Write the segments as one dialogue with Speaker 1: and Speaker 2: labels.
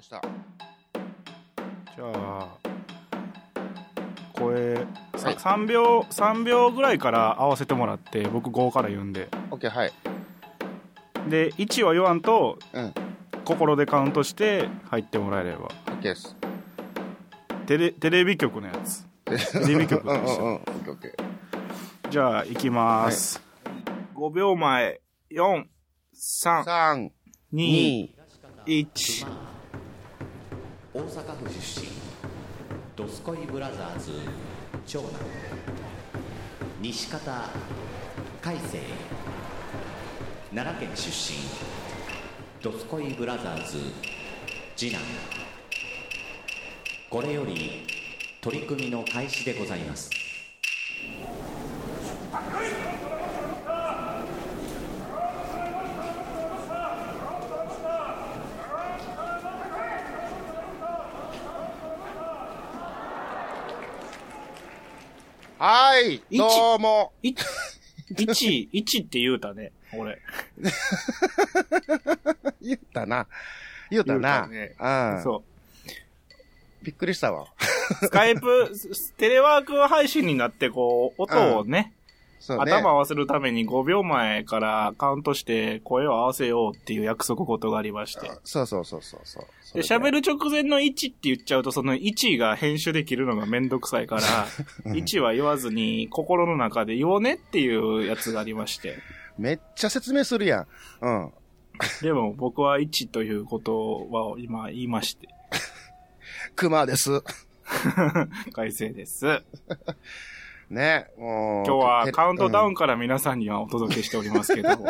Speaker 1: した
Speaker 2: じゃあこれ、さ3秒3秒ぐらいから合わせてもらって僕5から言うんで
Speaker 1: OK はい
Speaker 2: で1は言わんと
Speaker 1: うん
Speaker 2: 心でカウントして入ってもらえれば
Speaker 1: OK です
Speaker 2: テレテレビ局のやつテレビ局
Speaker 1: うんうん
Speaker 2: で
Speaker 1: う
Speaker 2: した
Speaker 1: ん OKOK
Speaker 2: じゃあ行きます、
Speaker 3: 5秒前、4、3、
Speaker 1: 3
Speaker 3: 2、
Speaker 1: 2
Speaker 3: 1。
Speaker 4: 大阪府出身ドスコイブラザーズ長男西方海星奈良県出身ドスコイブラザーズ次男これより取り組みの開始でございます
Speaker 1: はい
Speaker 3: 一
Speaker 1: どうも
Speaker 3: 1、1、1って言うたね、俺。
Speaker 1: 言ったな言ったな
Speaker 3: 言う
Speaker 1: うん
Speaker 3: そ
Speaker 1: びっくりしたわ
Speaker 3: う。スカイプ、ステレワーク配信になって、こう、音をね、
Speaker 1: そうね
Speaker 3: 頭を合わせるために5秒前からカウントして声を合わせようっていう約束事がありまして。
Speaker 1: そうそうそうそうそう
Speaker 3: で、喋
Speaker 1: る
Speaker 3: る直前の1って言っちゃうと、その1が編集できるのがめんどく さいから、1は言わずに心の中で言おうねっていうやつがありまして。
Speaker 1: めっちゃ説明するやんうん
Speaker 3: でも僕は1ということは今言いまして、
Speaker 1: 熊です
Speaker 3: 改正です。
Speaker 1: ねもう
Speaker 3: 今日はカウントダウ
Speaker 1: ン
Speaker 3: ンから皆さんにはお届けしておりますけど。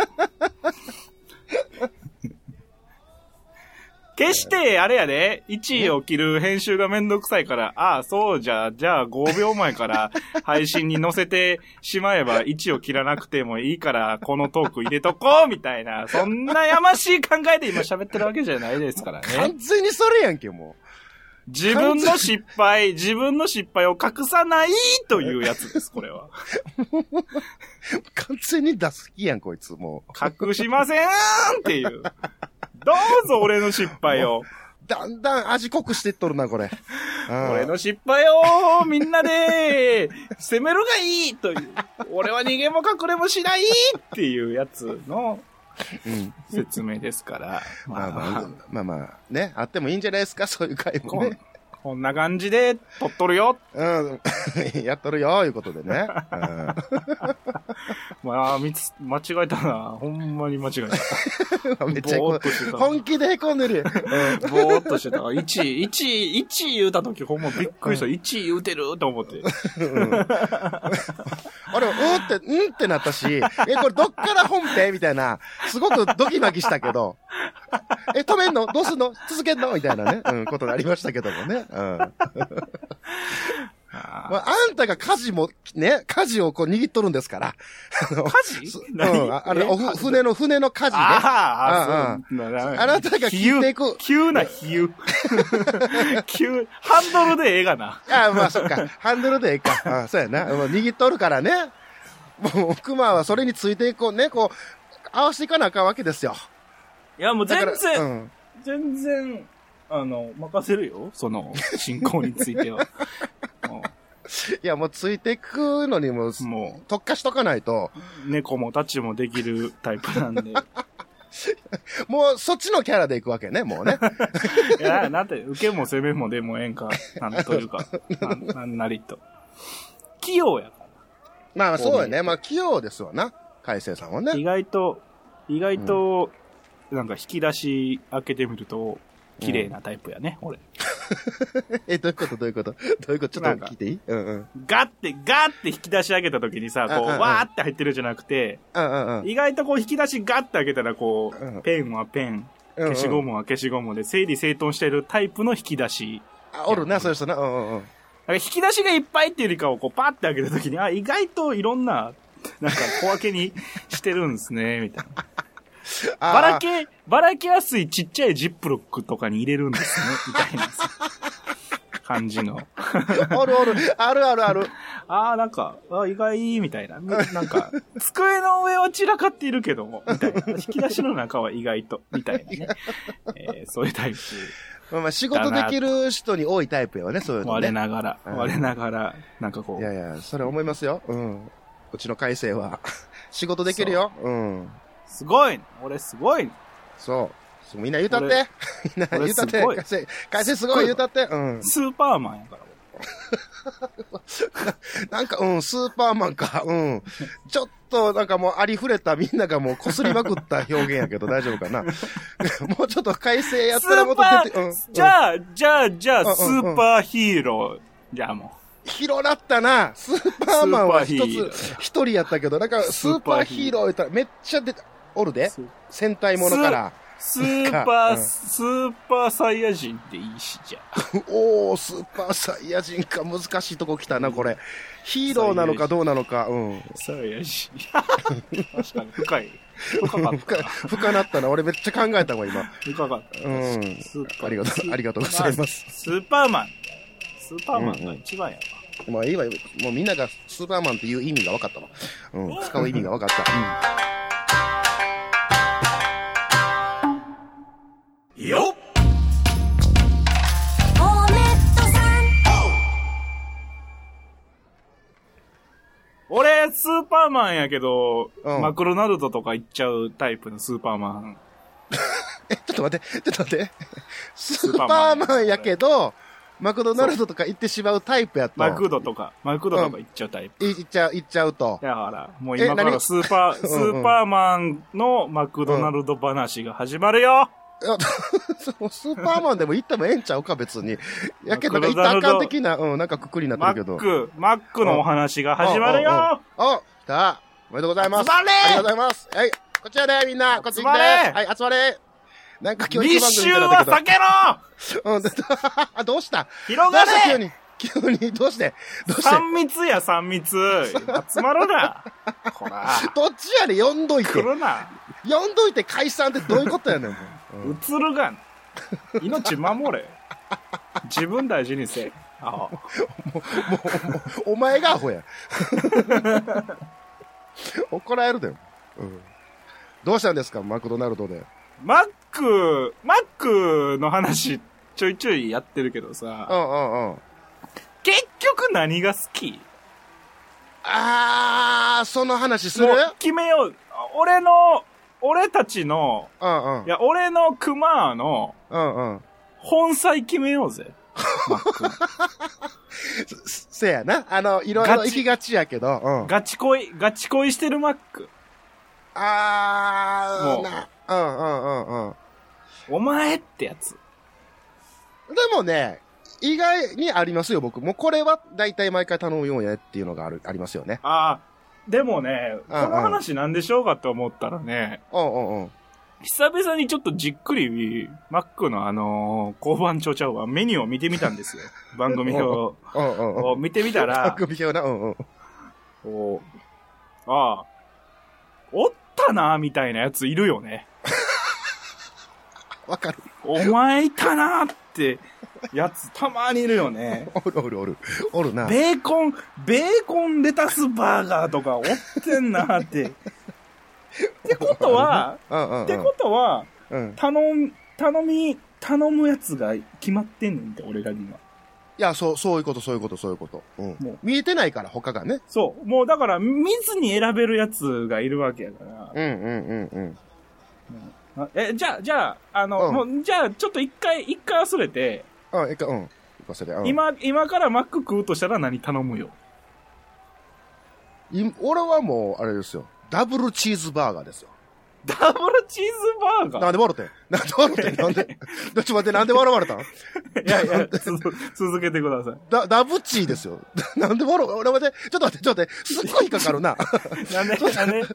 Speaker 3: 決して、あれやで、1位を切る編集がめんどくさいから、ああ、そうじゃ、じゃあ5秒前から配信に載せてしまえば1を切らなくてもいいから、このトーク入れとこうみたいな、そんなやましい考えで今喋ってるわけじゃないですからね。
Speaker 1: 完全にそれやんけも
Speaker 3: 自分の失敗、自分の失敗を隠さないというやつです、これは。
Speaker 1: う完全に出す気やんこいつもう
Speaker 3: 隠しませんっていう。どうぞ俺の失敗を。
Speaker 1: だんだん味濃くしてっとるなこれうん
Speaker 3: 俺の失敗をみんなで責めるがいいという。俺は逃げも隠れもしないっていうやつの
Speaker 1: うん
Speaker 3: 説明ですから。
Speaker 1: ま
Speaker 3: ま
Speaker 1: あ
Speaker 3: あ
Speaker 1: ま
Speaker 3: ま
Speaker 1: あ
Speaker 3: あ、、
Speaker 1: まあまあ、ね、あってもいいんじゃないですか、 そういう回も
Speaker 3: こん
Speaker 1: ね。
Speaker 3: こんな感じで撮っとるよ。
Speaker 1: うん、 やっとるよ、いうことでね。
Speaker 3: まあ、みつ、間違えたな。ほんまに間違えた。
Speaker 1: うん、 めっちゃ
Speaker 3: ぼー
Speaker 1: こ
Speaker 3: っとしてた
Speaker 1: 本気で凹んでるやん。
Speaker 3: ぼーっとしてた。1位、1位、1位言うた時ほんまびっくりした。1位言うてると思って。
Speaker 1: あれ、うんって、うんってなったし、え、これどっから本編みたいな、すごくドキドキしたけど、え、止めんのどうすんの続けんのみたいなね、うん、ことになりましたけどもね。うん。
Speaker 3: あ
Speaker 1: まあ、あんたが家事も、ね、家事をこう握っとるんですから。あの
Speaker 3: ー火事
Speaker 1: うん、ああれ、おふ船の、船の家事ね。
Speaker 3: ああ、そうなら
Speaker 1: あなたが聞いていく。
Speaker 3: 急な比喩。 急、ハンドルでええがな。
Speaker 1: ああ、まあそっか。ハンドルでええか。ああそうやな。もう握っとるからね。もう、クマはそれについていこうね。こう、合わせていかなあかんわけですよ。
Speaker 3: いや、もう
Speaker 1: だ
Speaker 3: 全
Speaker 1: から、
Speaker 3: 然、
Speaker 1: うん。
Speaker 3: 全然、あの、任せるよ。その、進行については。
Speaker 1: いや、もうついていくのにも、
Speaker 3: うんも
Speaker 1: 特化しとかないと、
Speaker 3: う、猫もタチもできるタイプなん で。い
Speaker 1: もうそっちのキャラでいくわけね、もう ね。
Speaker 3: や、なんて、受けも攻めもでもええんか、なんというか、なんなんなりと。器用やか
Speaker 1: まあそうやね。まあ器用ですわな。海星さんは
Speaker 3: ら。
Speaker 1: ね。
Speaker 3: 意外と、意外と、なんか引き出し開けてみると、綺麗なタイプやね、俺。
Speaker 1: え、どういうことどういうことどういうことちょ
Speaker 3: な
Speaker 1: っ
Speaker 3: ん
Speaker 1: と
Speaker 3: か
Speaker 1: 聞いていいうんうん。
Speaker 3: ガッて、ガッて引き出し上げた時にさ、こう、
Speaker 1: うんうんうん
Speaker 3: わーって入ってるじゃなくて、
Speaker 1: うんうんうん。
Speaker 3: 意外とこう引き出しガッて開けたら、こ
Speaker 1: うん
Speaker 3: う、ペンはペン、
Speaker 1: うんうん
Speaker 3: 消しゴムは消しゴムで整理整頓してるタイプの引き出し。
Speaker 1: あ、おるな、そういう人な。うんうんうん。
Speaker 3: だから引き出しがいっぱいっていうよりかをこうパーって開けた時に、あ、意外といろんな、なんか小分けにしてるんですね、みたいな。
Speaker 1: あ
Speaker 3: ばらけ、ばらけやすいちっちゃいジップロックとかに入れるんですね、みたいなさ感じの。
Speaker 1: おるおる。あるあるある。
Speaker 3: ああ、なんか、あー意外、みたいな。みなん か、机の上は散らかっているけども、みたいな。引き出しの中は意外と、みたいなね。えーそういうタイプ。
Speaker 1: まあまあ仕事できる人に多いタイプよね、そういうの
Speaker 3: 我
Speaker 1: ね。
Speaker 3: ながら、
Speaker 1: うん
Speaker 3: 我ながら、なんかこ、
Speaker 1: いうやいや、それ思いますよ。うん。うちの改正は。 仕事できるよ。うん。
Speaker 3: すごい俺すごい
Speaker 1: そう。そうみんな言うたって。 みんな言うたって。
Speaker 3: 俺
Speaker 1: 改正、改正すごい言うたって。うん。
Speaker 3: スーパーマンやから。
Speaker 1: なんか、うん、スーパーマンか。うん。ちょっと、なんかもうありふれた、みんながもう擦りまくった表現やけど大丈夫かな。 もうちょっと改正やっ
Speaker 3: ス
Speaker 1: たらも
Speaker 3: ー
Speaker 1: っと
Speaker 3: パ
Speaker 1: 出て、うん。う
Speaker 3: ー
Speaker 1: ん、
Speaker 3: じゃあ、じゃあ、じゃ
Speaker 1: うんうんう
Speaker 3: あ、
Speaker 1: ん
Speaker 3: スーパーヒーロー。じゃあも
Speaker 1: 広なったな。スーパーマンは一
Speaker 3: スーパーヒーロ
Speaker 1: つ、一人やったけど、なんかスーパーヒーロー言ったらめっちゃ出た、おるで
Speaker 3: スー。
Speaker 1: 戦隊ものから。
Speaker 3: う。スーパ
Speaker 1: う
Speaker 3: ー、
Speaker 1: ん
Speaker 3: スーパーサイヤ人でいいし、じゃあ。
Speaker 1: おー、スーパーサイヤ人か、難しいとこ来たな、これ。ヒーローなのかどうなのか、うん。
Speaker 3: サイ ヤ人。 確かに、深い。深かっ
Speaker 1: 深、深なったな。俺めっちゃ考えたもん、今。
Speaker 3: た。深かった。
Speaker 1: うん。
Speaker 3: スーパー
Speaker 1: ありがとう、ありがとうございます。
Speaker 3: スーパーマン。スーパーマンが一番や
Speaker 1: まあいいわ、もうみんながスーパーマンっていう意味が分かったわ。うん、使う意味が分かった。うん
Speaker 3: な。よっ
Speaker 5: おめっとさん
Speaker 3: 俺、スーパーマンやけど、
Speaker 1: うん
Speaker 3: マクロナルドとか行っちゃうタイプのスーパーマン。
Speaker 1: え、ちょっと待って、ちょっと待って。ス
Speaker 3: ー
Speaker 1: ー
Speaker 3: パ
Speaker 1: パ
Speaker 3: ー
Speaker 1: ー
Speaker 3: マ
Speaker 1: マ
Speaker 3: ン
Speaker 1: ンやけど、マクドナルドとか行ってしまうタイプやと。
Speaker 3: マクドとか、マクドとか行っちゃうタイプ。
Speaker 1: い行っちゃう、行っちゃうと。
Speaker 3: だから、もう
Speaker 1: え
Speaker 3: 今から
Speaker 1: 何
Speaker 3: スーパー、スーパーマンのマクドナルド話が始まるよ、
Speaker 1: あそうスーパーマンでも行ってもええんちゃうか、別に。やけど、なんか行ったらあかん的な、うん、なんかくくりにな
Speaker 3: マ
Speaker 1: ってるけ
Speaker 3: ッ
Speaker 1: ど。
Speaker 3: ク、マックのお話が始まるよ、
Speaker 1: うんうんうんお来たおめでとうございます
Speaker 3: 集まれ
Speaker 1: ありがとうございますはい、こっちらで、みんなこっち来て
Speaker 3: 集まれ
Speaker 1: はい、集まれなんか教育番
Speaker 3: 立
Speaker 1: 組みたいに
Speaker 3: 秋
Speaker 1: な
Speaker 3: は
Speaker 1: った
Speaker 3: 避
Speaker 1: け
Speaker 3: けろ
Speaker 1: ど。うんで、あどうした
Speaker 3: 広
Speaker 1: ど
Speaker 3: が
Speaker 1: うした急
Speaker 3: れ
Speaker 1: に急にどうしてどうして
Speaker 3: 三密や三密集まるなこら、
Speaker 1: どっちやで呼んどいて
Speaker 3: 来るな
Speaker 1: 呼んどいて解散ってどういうことやねんもううん
Speaker 3: 映るがな命守れ自分大事にせアホ
Speaker 1: お前がアホや 怒られるだよ、うん、どうしたんですかマクドナルドで
Speaker 3: マック、マックの話ちょいちょいやってるけどさ、
Speaker 1: うんうんうん
Speaker 3: 結局何が好き
Speaker 1: あーその話する
Speaker 3: も
Speaker 1: う
Speaker 3: うん決めよう。俺の、俺たちの、
Speaker 1: うん
Speaker 3: いや、俺のクマの
Speaker 1: うんうん
Speaker 3: 本妻決めようぜ。マック
Speaker 1: せやな。あの、いろいろ
Speaker 3: ガチ
Speaker 1: 行きがちやけど。うん、
Speaker 3: ガチ恋、ガチ恋してるマック。
Speaker 1: あ
Speaker 3: も
Speaker 1: ー
Speaker 3: う
Speaker 1: な。うんうんうんうん。
Speaker 3: お前ってやつ。
Speaker 1: でもね、意外にありますよ、僕。もうこれは大体毎回頼むようやっていうのがある、ありますよね。
Speaker 3: ああ、でもね、こ
Speaker 1: うんうん
Speaker 3: の話なんでしょうかって思ったらね、
Speaker 1: うんうんうん。
Speaker 3: 久々にちょっとじっくり、マックのあのー、交番長ちゃうわ、メニューを見てみたんですよ。 番組表
Speaker 1: うんうんうん。
Speaker 3: を見てみたら、
Speaker 1: 首表な。うんうん。
Speaker 3: こう、ああ、おったな、みたいなやついるよね。
Speaker 1: わかる。
Speaker 3: お前いたなって、やつたまにいるよ ね。
Speaker 1: おるおるおる。おるな。
Speaker 3: ベーコン、ベーコンレタスバーガーとかおってん なって。ってことは、
Speaker 1: うんうんうん。
Speaker 3: ってことは、
Speaker 1: うん。
Speaker 3: 頼ん、頼み、頼むやつが決まってんねんって、俺らには。
Speaker 1: いや、そう、そういうこと、そういうこと、そういうこと。うん
Speaker 3: もう。
Speaker 1: 見えてないから、他がね。
Speaker 3: そう。もうだから、見ずに選べるやつがいるわけやから。
Speaker 1: うんうんうんうん。
Speaker 3: あえ、じゃあ、じゃあ、あの、
Speaker 1: うん
Speaker 3: もう、じゃあ、ちょっと一回、一回忘れて、
Speaker 1: うん、一回、うん。一回それで、うん、
Speaker 3: 今、今からマック食うとしたら何頼むよ。
Speaker 1: い俺はもう、あれですよ。ダブルチーズバーガーですよ。
Speaker 3: ダブルチーズバーガー
Speaker 1: なんで笑ってん なんで笑ってんなんで、 どっち待って、なんで笑われたん
Speaker 3: いやいや、つづ続けてくださ
Speaker 1: だ、ダブチーですよ。 なんで笑う、俺待って、ちょっと待って、ちょっと待って、すっごい引っかかるな。
Speaker 3: い。なんで、なんで、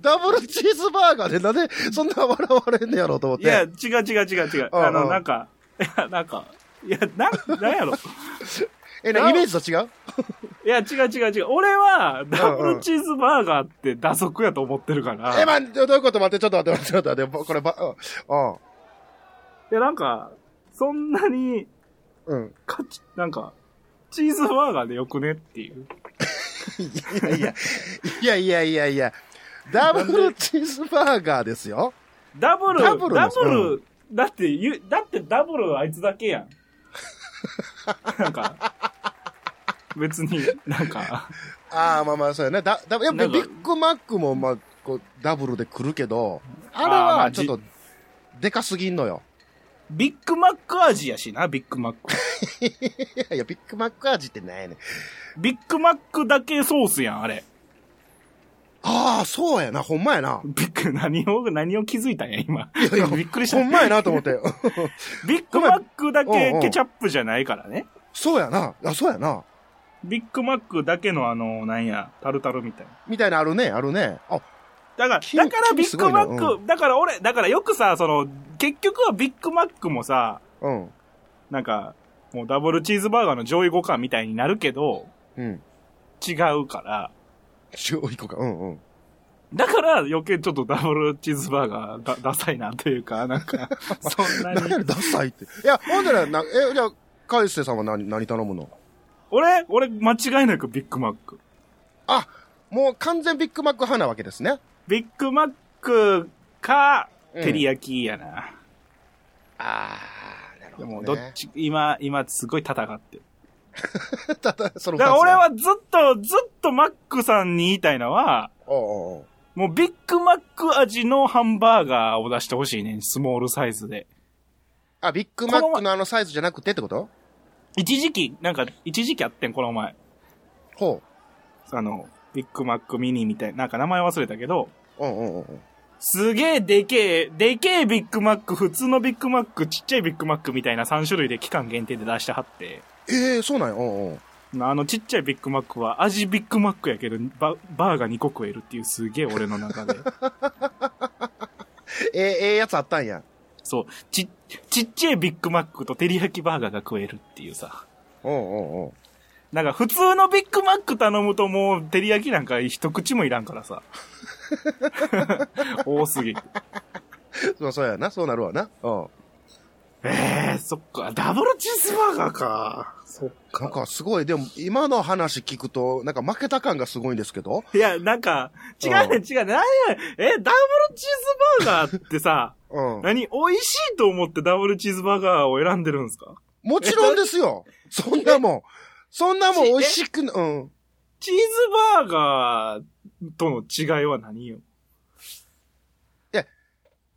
Speaker 1: ダブルチーズバーガーでなんでそんな笑われんねやろうと思っ
Speaker 3: い
Speaker 1: て。
Speaker 3: や、違う違う違う違う。
Speaker 1: うんうん
Speaker 3: あの、なんか、いや、なんか、いや、なん、なんやろ。
Speaker 1: え、な、イメージと違う
Speaker 3: いや、違う違う違う。俺は、ダブルチーズバーガーって打足やと思ってるから。
Speaker 1: え、まあ、どどういうこと待って、ちょっと待って、ちょっと待って、ぼこれば、
Speaker 3: いや、なんか、そんなに、
Speaker 1: うん、うん。
Speaker 3: かち、なんか、チーズバーガーでよくねっていう。
Speaker 1: いやいや、いやいやいやいや、ダブルチーズバーガーですよ。
Speaker 3: ダブル、
Speaker 1: ダブル
Speaker 3: ダ
Speaker 1: の
Speaker 3: ブル、だってゆ、だってダブルあいつだけやん。 なんか、別に、なんか、
Speaker 1: ああ、まあまあ、そうやね。だ、だ、やっぱ
Speaker 3: なん
Speaker 1: り
Speaker 3: か
Speaker 1: ビッグマックも、まあ、こう、ダブルで来るけど、あれ
Speaker 3: あーま
Speaker 1: は
Speaker 3: あ
Speaker 1: ちょっと、でかすぎんのよ。
Speaker 3: ビッグマック味やしな、ビッグマック。
Speaker 1: いやいや、ビッグマック味ってないねん。
Speaker 3: ビッグマックだけソースやん、あれ。
Speaker 1: ああ、そうやな、ほんまやな。
Speaker 3: ビッグ、何を、何を気づいたんや、今。
Speaker 1: いや
Speaker 3: びっくりし
Speaker 1: ほんま
Speaker 3: た。
Speaker 1: やなと思って。
Speaker 3: ビッグマックだ
Speaker 1: ごめんうんう
Speaker 3: け
Speaker 1: ん
Speaker 3: ケチャップじゃないからね。
Speaker 1: そうやな。あ、そうやな。
Speaker 3: ビッグマックだけのあの、なんや、タルタルみたいな。
Speaker 1: みたいなあるね、あるね。あ、
Speaker 3: だから、
Speaker 1: き
Speaker 3: だからビ
Speaker 1: 君す
Speaker 3: ッ
Speaker 1: ご
Speaker 3: グ
Speaker 1: いな
Speaker 3: マック、だから俺、だからよくさ、その、結局はビッグマックもさ、
Speaker 1: うん。
Speaker 3: なんか、もうダブルチーズバーガーの上位互換みたいになるけど、
Speaker 1: うん。
Speaker 3: 違うから。
Speaker 1: 塩一個か。うんうん。
Speaker 3: だから余計ちょっとダブルチーズバーガーだ、ダサいなというか、なん か、そんな
Speaker 1: 何
Speaker 3: に。
Speaker 1: やねんダサいって。いや、ほんでら、な、え、じゃあ、カイセイさんは何、何頼むの
Speaker 3: 俺、俺間違いなくビッグマック。
Speaker 1: あ、もう完全ビッグマック派なわけですね。
Speaker 3: ビッグマックか、
Speaker 1: うん
Speaker 3: 照り焼きやな。
Speaker 1: ああ、なる
Speaker 3: でも、どっち、今、今すごい戦ってる。
Speaker 1: ただ、その
Speaker 3: だから俺、はずっと、ずっとマックさんに言いたいのは、
Speaker 1: おうおうおう
Speaker 3: もうビッグマック味のハンバーガーを出してほしいねん、スモールサイズで。
Speaker 1: あ、ビッグマックのあのサイズじゃなくてってこと
Speaker 3: 一時期、なんか、一時期あってん、この前。
Speaker 1: ほ
Speaker 3: あの、ビッグマックミニみたいな、なんか名前忘れたけど、
Speaker 1: う。うんうんうんうん。
Speaker 3: すげえでけえ、でけえビッグマック、普通のビッグマック、ちっちゃいビッグマックみたいな3種類で期間限定で出してはって、
Speaker 1: ええそうなんや。うんうん。
Speaker 3: あのちっちゃいビッグマックは味ビッグマックやけど、ババーが2個食えるっていうすげえ俺の中で。
Speaker 1: ええええやつあったんや。
Speaker 3: そう、ち、ちっちゃいビッグマックと照り焼きバーガーが食えるっていうさ。
Speaker 1: うんうんうん。
Speaker 3: なんか普通のビッグマック頼むともう照り焼きなんか一口もいらんからさ。 多すぎて。
Speaker 1: そうそうやな。そうなるわな。うん。
Speaker 3: えー、そっか。ダブルチーズバーガーか。そっ
Speaker 1: なんかすごい、でも今の話聞くと、なんか負けた感がすごいんですけど。
Speaker 3: いや、なんか、違う
Speaker 1: う
Speaker 3: ね、
Speaker 1: ん
Speaker 3: 違うね。なんや、え、ダブルチーズバーガーってさ、
Speaker 1: うん。
Speaker 3: 何、美味しいと思ってダブルチーズバーガーを選んでるんですか
Speaker 1: もちろんですよ。そんなもん。そんなもん
Speaker 3: え
Speaker 1: 美味しくな、うん。
Speaker 3: チーズバーガーとの違いは何よ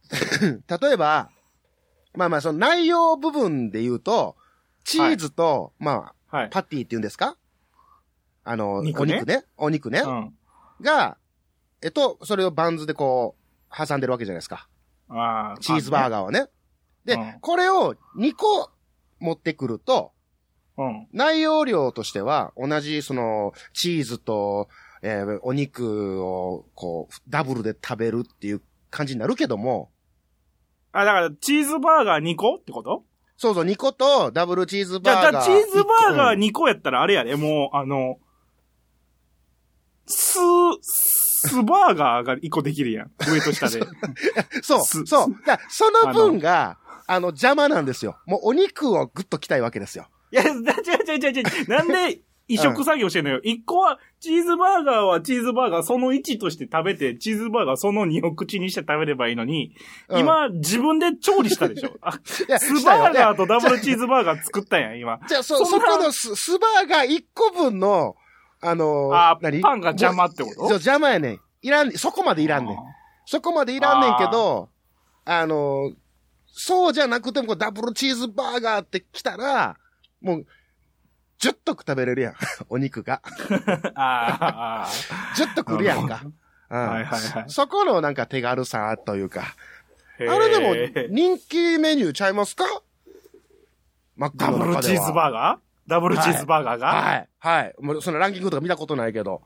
Speaker 1: 例えば、まあまあ、その内容部分で言うと、チーズと、ま
Speaker 3: は
Speaker 1: あ、
Speaker 3: い。
Speaker 1: パティって言うんですかあの、
Speaker 3: 肉ね
Speaker 1: お肉ね。お肉ね。
Speaker 3: うん。
Speaker 1: が、えっと、それをバンズでこう、挟んでるわけじゃないですか。
Speaker 3: ああ。
Speaker 1: チーズバーガ
Speaker 3: ガ
Speaker 1: ーはね。で、
Speaker 3: うん
Speaker 1: これを2個持ってくると、
Speaker 3: ー。うん。
Speaker 1: 内容量としては、同じ、その、チーズと、えーお肉を、こう、ダブルで食べるっていう感じになるけども、
Speaker 3: あ、だから、チーズバーガー2個ってこと
Speaker 1: そうそう、2個とダブルチーズ
Speaker 3: じゃ
Speaker 1: バ
Speaker 3: あ、
Speaker 1: ー
Speaker 3: じゃ
Speaker 1: ガ
Speaker 3: あ
Speaker 1: ー。
Speaker 3: チーズバーガー
Speaker 1: に。
Speaker 3: 2個やったらあれやで、もう、あの、ス、スバーガーが1個できるやん。上と 下で。
Speaker 1: そう、
Speaker 3: す
Speaker 1: そう。だからその分が、あの、邪魔なんですよ。もうお肉をぐっときたいわけですよ。
Speaker 3: いや、だ違う違う違う違う。なんで移植作業してんのよ。一個は、チーズバーガーはチーズバーガーその1として食べて、チーズバーガーその2を口にして食べればいいのに、
Speaker 1: うん
Speaker 3: 今、自分で調理したで しょ。あ、
Speaker 1: いや、
Speaker 3: スバー
Speaker 1: したよ
Speaker 3: ガーとダブルチーズバーガー作ったんや、今。
Speaker 1: じゃあ、そ、
Speaker 3: そ
Speaker 1: そ
Speaker 3: んな
Speaker 1: このススバーガー1個分の、あのー
Speaker 3: あー
Speaker 1: 何
Speaker 3: パンが邪魔ってこと
Speaker 1: そう、邪魔やねん。いらん、そこまでいらんねん
Speaker 3: あー。
Speaker 1: そこまでいらんねんけど、あのーそうじゃなくてもこうダブルチーズバーガーって来たら、もう、10徳食べれるやん。 お肉が。
Speaker 3: あーあー。
Speaker 1: 10徳くるやんか。うん
Speaker 3: はいはいはい
Speaker 1: そこのなんか手軽さというか。
Speaker 3: あ
Speaker 1: あれでも人気メニューちゃいますかマック
Speaker 3: ダ
Speaker 1: の
Speaker 3: ブル
Speaker 1: 中
Speaker 3: チ
Speaker 1: で
Speaker 3: ーズ
Speaker 1: は。
Speaker 3: バーガーダブルチーズバーガーが、
Speaker 1: はい。はい。もうそのランキングとか見たことないけど。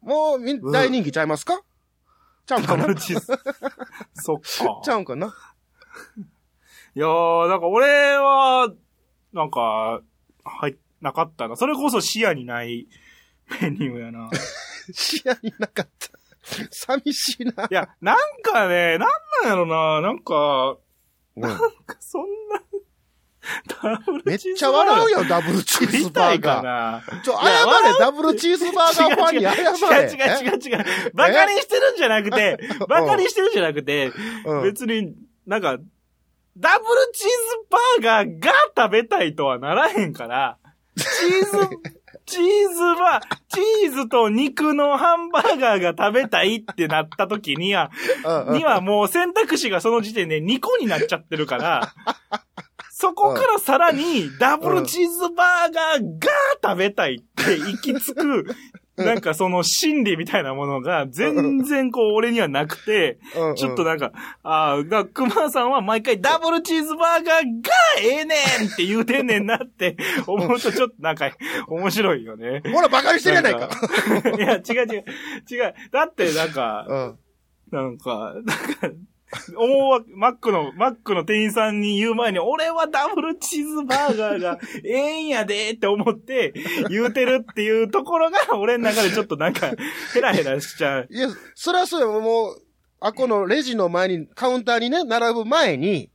Speaker 1: もうみん、
Speaker 3: うん
Speaker 1: 大人気ちゃいますかちゃうん
Speaker 3: ダ
Speaker 1: か
Speaker 3: ブ
Speaker 1: な
Speaker 3: ルチーズ。 そっか。
Speaker 1: ちゃうんかない
Speaker 3: やー、なんか俺は、なんか、はい、なかったな。それこそ視野にないメニューやな。
Speaker 1: 視野になかった。寂しいな。
Speaker 3: いや、なんかね、なんなんやろな。なんか、
Speaker 1: うん
Speaker 3: そんな、ダブ
Speaker 1: め
Speaker 3: ル
Speaker 1: っ
Speaker 3: チーズ
Speaker 1: ちゃ笑うよ、ダブルチーズバー
Speaker 3: か
Speaker 1: ガー。
Speaker 3: な。
Speaker 1: ちょ、
Speaker 3: いや
Speaker 1: 謝れ、ダブルチーズバーガーファンに謝れ。
Speaker 3: 違う違う違う違う違う。バカにしてるんじゃなくて、バカにしてるんじゃなくて、
Speaker 1: うん
Speaker 3: 別になんか、ダブルチーズバーガーが食べたいとはならへんから、チーズ、チーズバー、チーズと肉のハンバーガーが食べたいってなった時には、
Speaker 1: うんうん
Speaker 3: にはもう選択肢がその時点で2個になっちゃってるから、そこからさらにダブルチーズバーガーが食べたいって行き着く、なんかその心理みたいなものが全然こう俺にはなくて、
Speaker 1: うんうん
Speaker 3: ちょっとなんか、ああ、が、熊さんは毎回ダブルチーズバーガーがええねんって言うてんねんな って思うとちょっとなんか面白いよね。
Speaker 1: ほら、馬鹿にしてるやないか。
Speaker 3: いや、違う違う。違う。だってなんか、
Speaker 1: うん。
Speaker 3: なんか、なんか、思うわ、マックの、マックの店員さんに言う前に、俺はダブルチーズバーガーがええんやでって思って言うてるっていうところが、俺の中でちょっとなんか、ヘラヘラしちゃう。
Speaker 1: いや、それはそうよ、もう、あこのレジの前に、カウンターにね、並ぶ前に、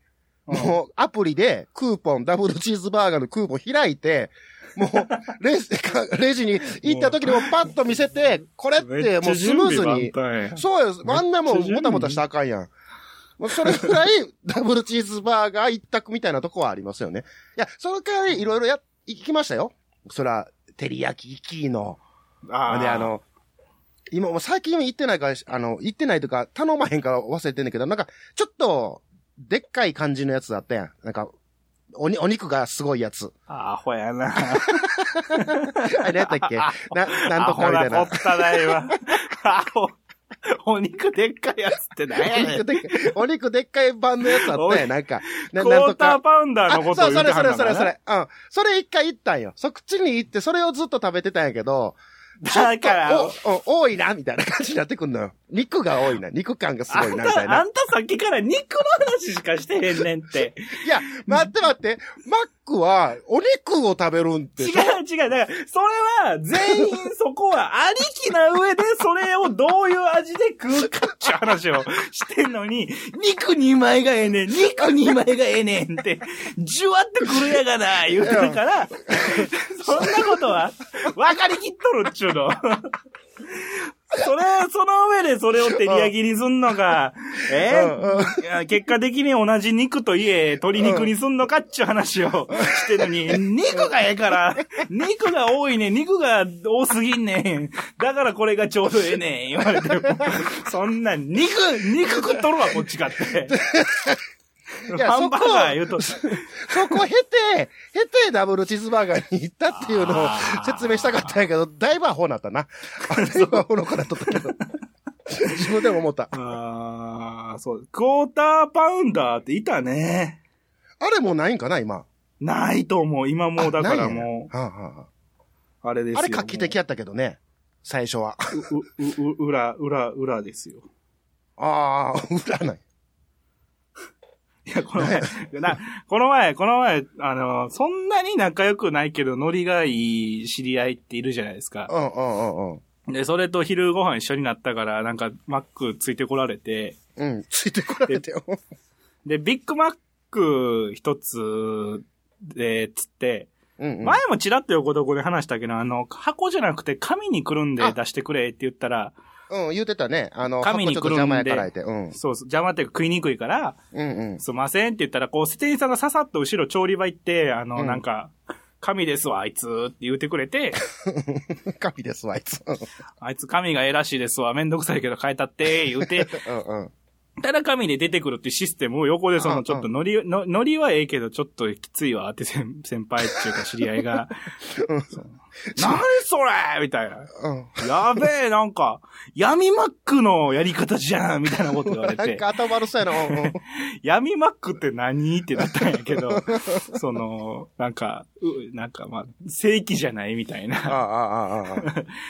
Speaker 1: もうアプリでクーポン、ダブルチーズバーガーのクーポン開いて、もう、レジ、かレジに行った時にもパッと見せて、これってもうスムーズに。
Speaker 3: に。
Speaker 1: そうよ、あんなも
Speaker 3: めっちゃ
Speaker 1: ん
Speaker 3: 準備
Speaker 1: もたもたしたらあかんやん。もうそれぐらい、 ダブルチーズバーガー一択みたいなとこはありますよね。いや、その代わりいろいろや、行きましたよ。そら、照り焼き、キーの。
Speaker 3: あ
Speaker 1: で、あ、の、今、もう最近行ってないから、あの、行ってないとか、頼まへんから忘れてんねんけど、なんか、ちょっと、でっかい感じのやつだったやん。なんか、おに、お肉がすごいやつ。
Speaker 3: アホやな。
Speaker 1: あれやったっけな、なんとかみたい
Speaker 3: アホな
Speaker 1: な
Speaker 3: こ。ったないわ。 アホ。お肉でっかいやつって何や
Speaker 1: お
Speaker 3: ねん
Speaker 1: 肉。でっかい、お肉でっかい版のやつあったやん。なんか、な
Speaker 3: クォーター。パウンダーのこと
Speaker 1: そ
Speaker 3: を
Speaker 1: う、
Speaker 3: 言
Speaker 1: そ
Speaker 3: って
Speaker 1: れ
Speaker 3: は
Speaker 1: そ
Speaker 3: ん
Speaker 1: れ
Speaker 3: だか
Speaker 1: そ
Speaker 3: ら
Speaker 1: れ
Speaker 3: な
Speaker 1: それ。うん。それ一回行ったんよ。そっちに行って、それをずっと食べてたんやけど、
Speaker 3: だから、
Speaker 1: お、お多いな、みたいな感じになってくんのよ。肉が多いな。肉感がすごいな、みたいな
Speaker 3: あ。んたさっきから肉の話しかしてへんねんって。
Speaker 1: いや、待って待って。マックは、お肉を食べるんで
Speaker 3: 違
Speaker 1: しょ
Speaker 3: う違う。だから、それは、全員そこはありきな上で、それをどういう味で食うかっていう話をしてんのに、肉2枚がええねん、肉2枚がええねんって、じゅわってくるやがな、言うてるから、そんなことは、分かりきっとるっちゅうの。それ、その上でそれを照り焼きにすんのか、え
Speaker 1: うんうん
Speaker 3: いや結果的に同じ肉といえ、鶏肉にすんのかっちゅう話 をしてるのに、肉がええから、肉が多いねん、肉が多すぎんねん。だからこれがちょうどええねん、言われても。そんな、肉、肉食っとるわ、こっちがって。
Speaker 1: いや
Speaker 3: ハンバーガー言うと。
Speaker 1: そこを経て、経てダブルチーズバーガーに行ったっていうのを説明したかったんやけど、だいぶアホになったな。あれはアホの子だったけど。自分でも思った。
Speaker 3: あーそう。クォーターパウンダーっていたね。
Speaker 1: あれもうないんかな、今。
Speaker 3: ないと思う。今もうだからも
Speaker 1: う。はあは
Speaker 3: う、あれです
Speaker 1: あ
Speaker 3: よ。
Speaker 1: あれ画期的やったけどね。最初は。
Speaker 3: もう。う、う、う裏、裏、裏ですよ。
Speaker 1: ああ、占い。
Speaker 3: いや、この前、 な、この前、この前、あの、そんなに仲良くないけど、ノリがいい知り合いっているじゃないですか
Speaker 1: う。んうんうんうん。
Speaker 3: で、それと昼ご飯一緒になったから、なんか、マックついてこられて、
Speaker 1: うん、ついてこられてよ。
Speaker 3: で、ビッグマック一つで、つって、
Speaker 1: うんうん。
Speaker 3: 前もちらっと横どこで話したけど、あの、箱じゃなくて紙にくるんで出してくれって言ったら、
Speaker 1: うん、言うてたね。あの、
Speaker 3: 神に
Speaker 1: 箱ちょっと邪魔やから言って。うん。
Speaker 3: そうそう、邪魔っていうか食いにくいから、
Speaker 1: うんうん。
Speaker 3: すいませんって言ったら、こう、店員さんがささっと後ろ調理場行って、あの、
Speaker 1: うん
Speaker 3: なんか、神ですわ、あいつって言ってくれて、
Speaker 1: 神ですわ、あいつ。
Speaker 3: あいつ神がええらしいですわ、めんどくさいけど変えたって、言 うて、
Speaker 1: うんうん。
Speaker 3: ただ神で出てくるっていうシステムを横でその、ちょっとノリ、のノリはええけど、ちょっときついわ、って先先輩っていうか知り合いが、何それみたいな。
Speaker 1: うん。
Speaker 3: やべえ、なんか、闇マックのやり方じゃんみたいなこと言わ れ
Speaker 1: なん
Speaker 3: て
Speaker 1: か。頭悪そうやな。うんうん
Speaker 3: 闇マックって何ってなったんや けど、その、なんか、うなんかまあ、正規じゃないみたい
Speaker 1: ああ、
Speaker 3: な。
Speaker 1: ああ、ああ。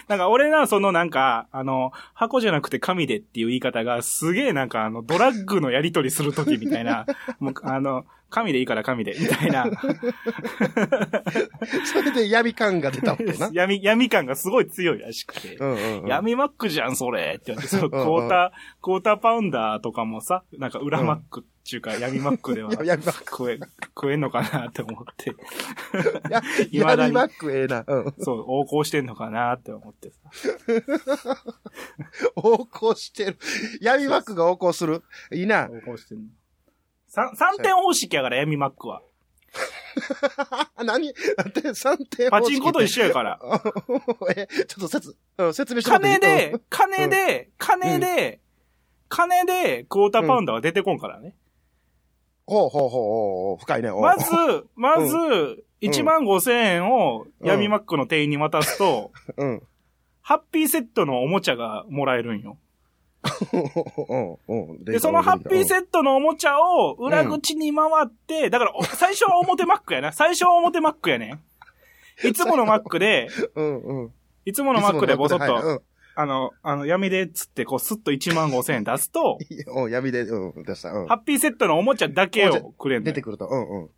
Speaker 3: なんか俺らそのなんか、あの、箱じゃなくて紙でっていう言い方がすげえなんかあの、ドラッグのやり取りするときみた いな、もうあの、紙でいいから紙で、みたいな、。
Speaker 1: それで闇感が出たわけな
Speaker 3: 闇、闇感がすごい強いらしくて。
Speaker 1: うんうんうん。
Speaker 3: 闇マックじゃん、それって言われて、そのク
Speaker 1: うんうん
Speaker 3: ォーター、クォーターパウンダーとかもさ、なんか裏マックっていうか闇マックでは
Speaker 1: や 闇マック
Speaker 3: 食え、食えんのかなって思って。
Speaker 1: や
Speaker 3: 未だに
Speaker 1: 闇マックええな。うん。
Speaker 3: そう、横行してんのかなって思ってさ。
Speaker 1: 横行してる。闇マックが横行する。いいな。
Speaker 3: 横行してんの。三三点方式やから、闇マックは。
Speaker 1: あ、何だって3点
Speaker 3: パチンコと一
Speaker 1: 緒。
Speaker 3: 緒やから。
Speaker 1: え、ちょっと説、うん説明してもら
Speaker 3: 金
Speaker 1: っていい
Speaker 3: で、金で、金で、金で、クォーターパウンダーは出てこんからね。
Speaker 1: ほうほうほうほうほう、深いね。おう
Speaker 3: まず、まず、1万5千円を闇マックの店員に渡すと、
Speaker 1: うん。
Speaker 3: ハッピーセットのおもちゃがもらえるんよ。
Speaker 1: うんうん
Speaker 3: で、そのハッピー
Speaker 1: ッ
Speaker 3: セットのおもちゃを裏口に回って、だから、お最初は表マックやな。最初は表マックやねん。いつものマックで、
Speaker 1: ト。うんうん。
Speaker 3: いつものマックでボソッ
Speaker 1: いつものマックで
Speaker 3: と、あの、あの、闇でっつって、こう、スッと1万5千円出すと、
Speaker 1: はいうんうん。闇で、うん、出した。うん
Speaker 3: ハ。ッピーセットのおもちゃだけをくれんの
Speaker 1: 出
Speaker 3: よ
Speaker 1: てくると。うんう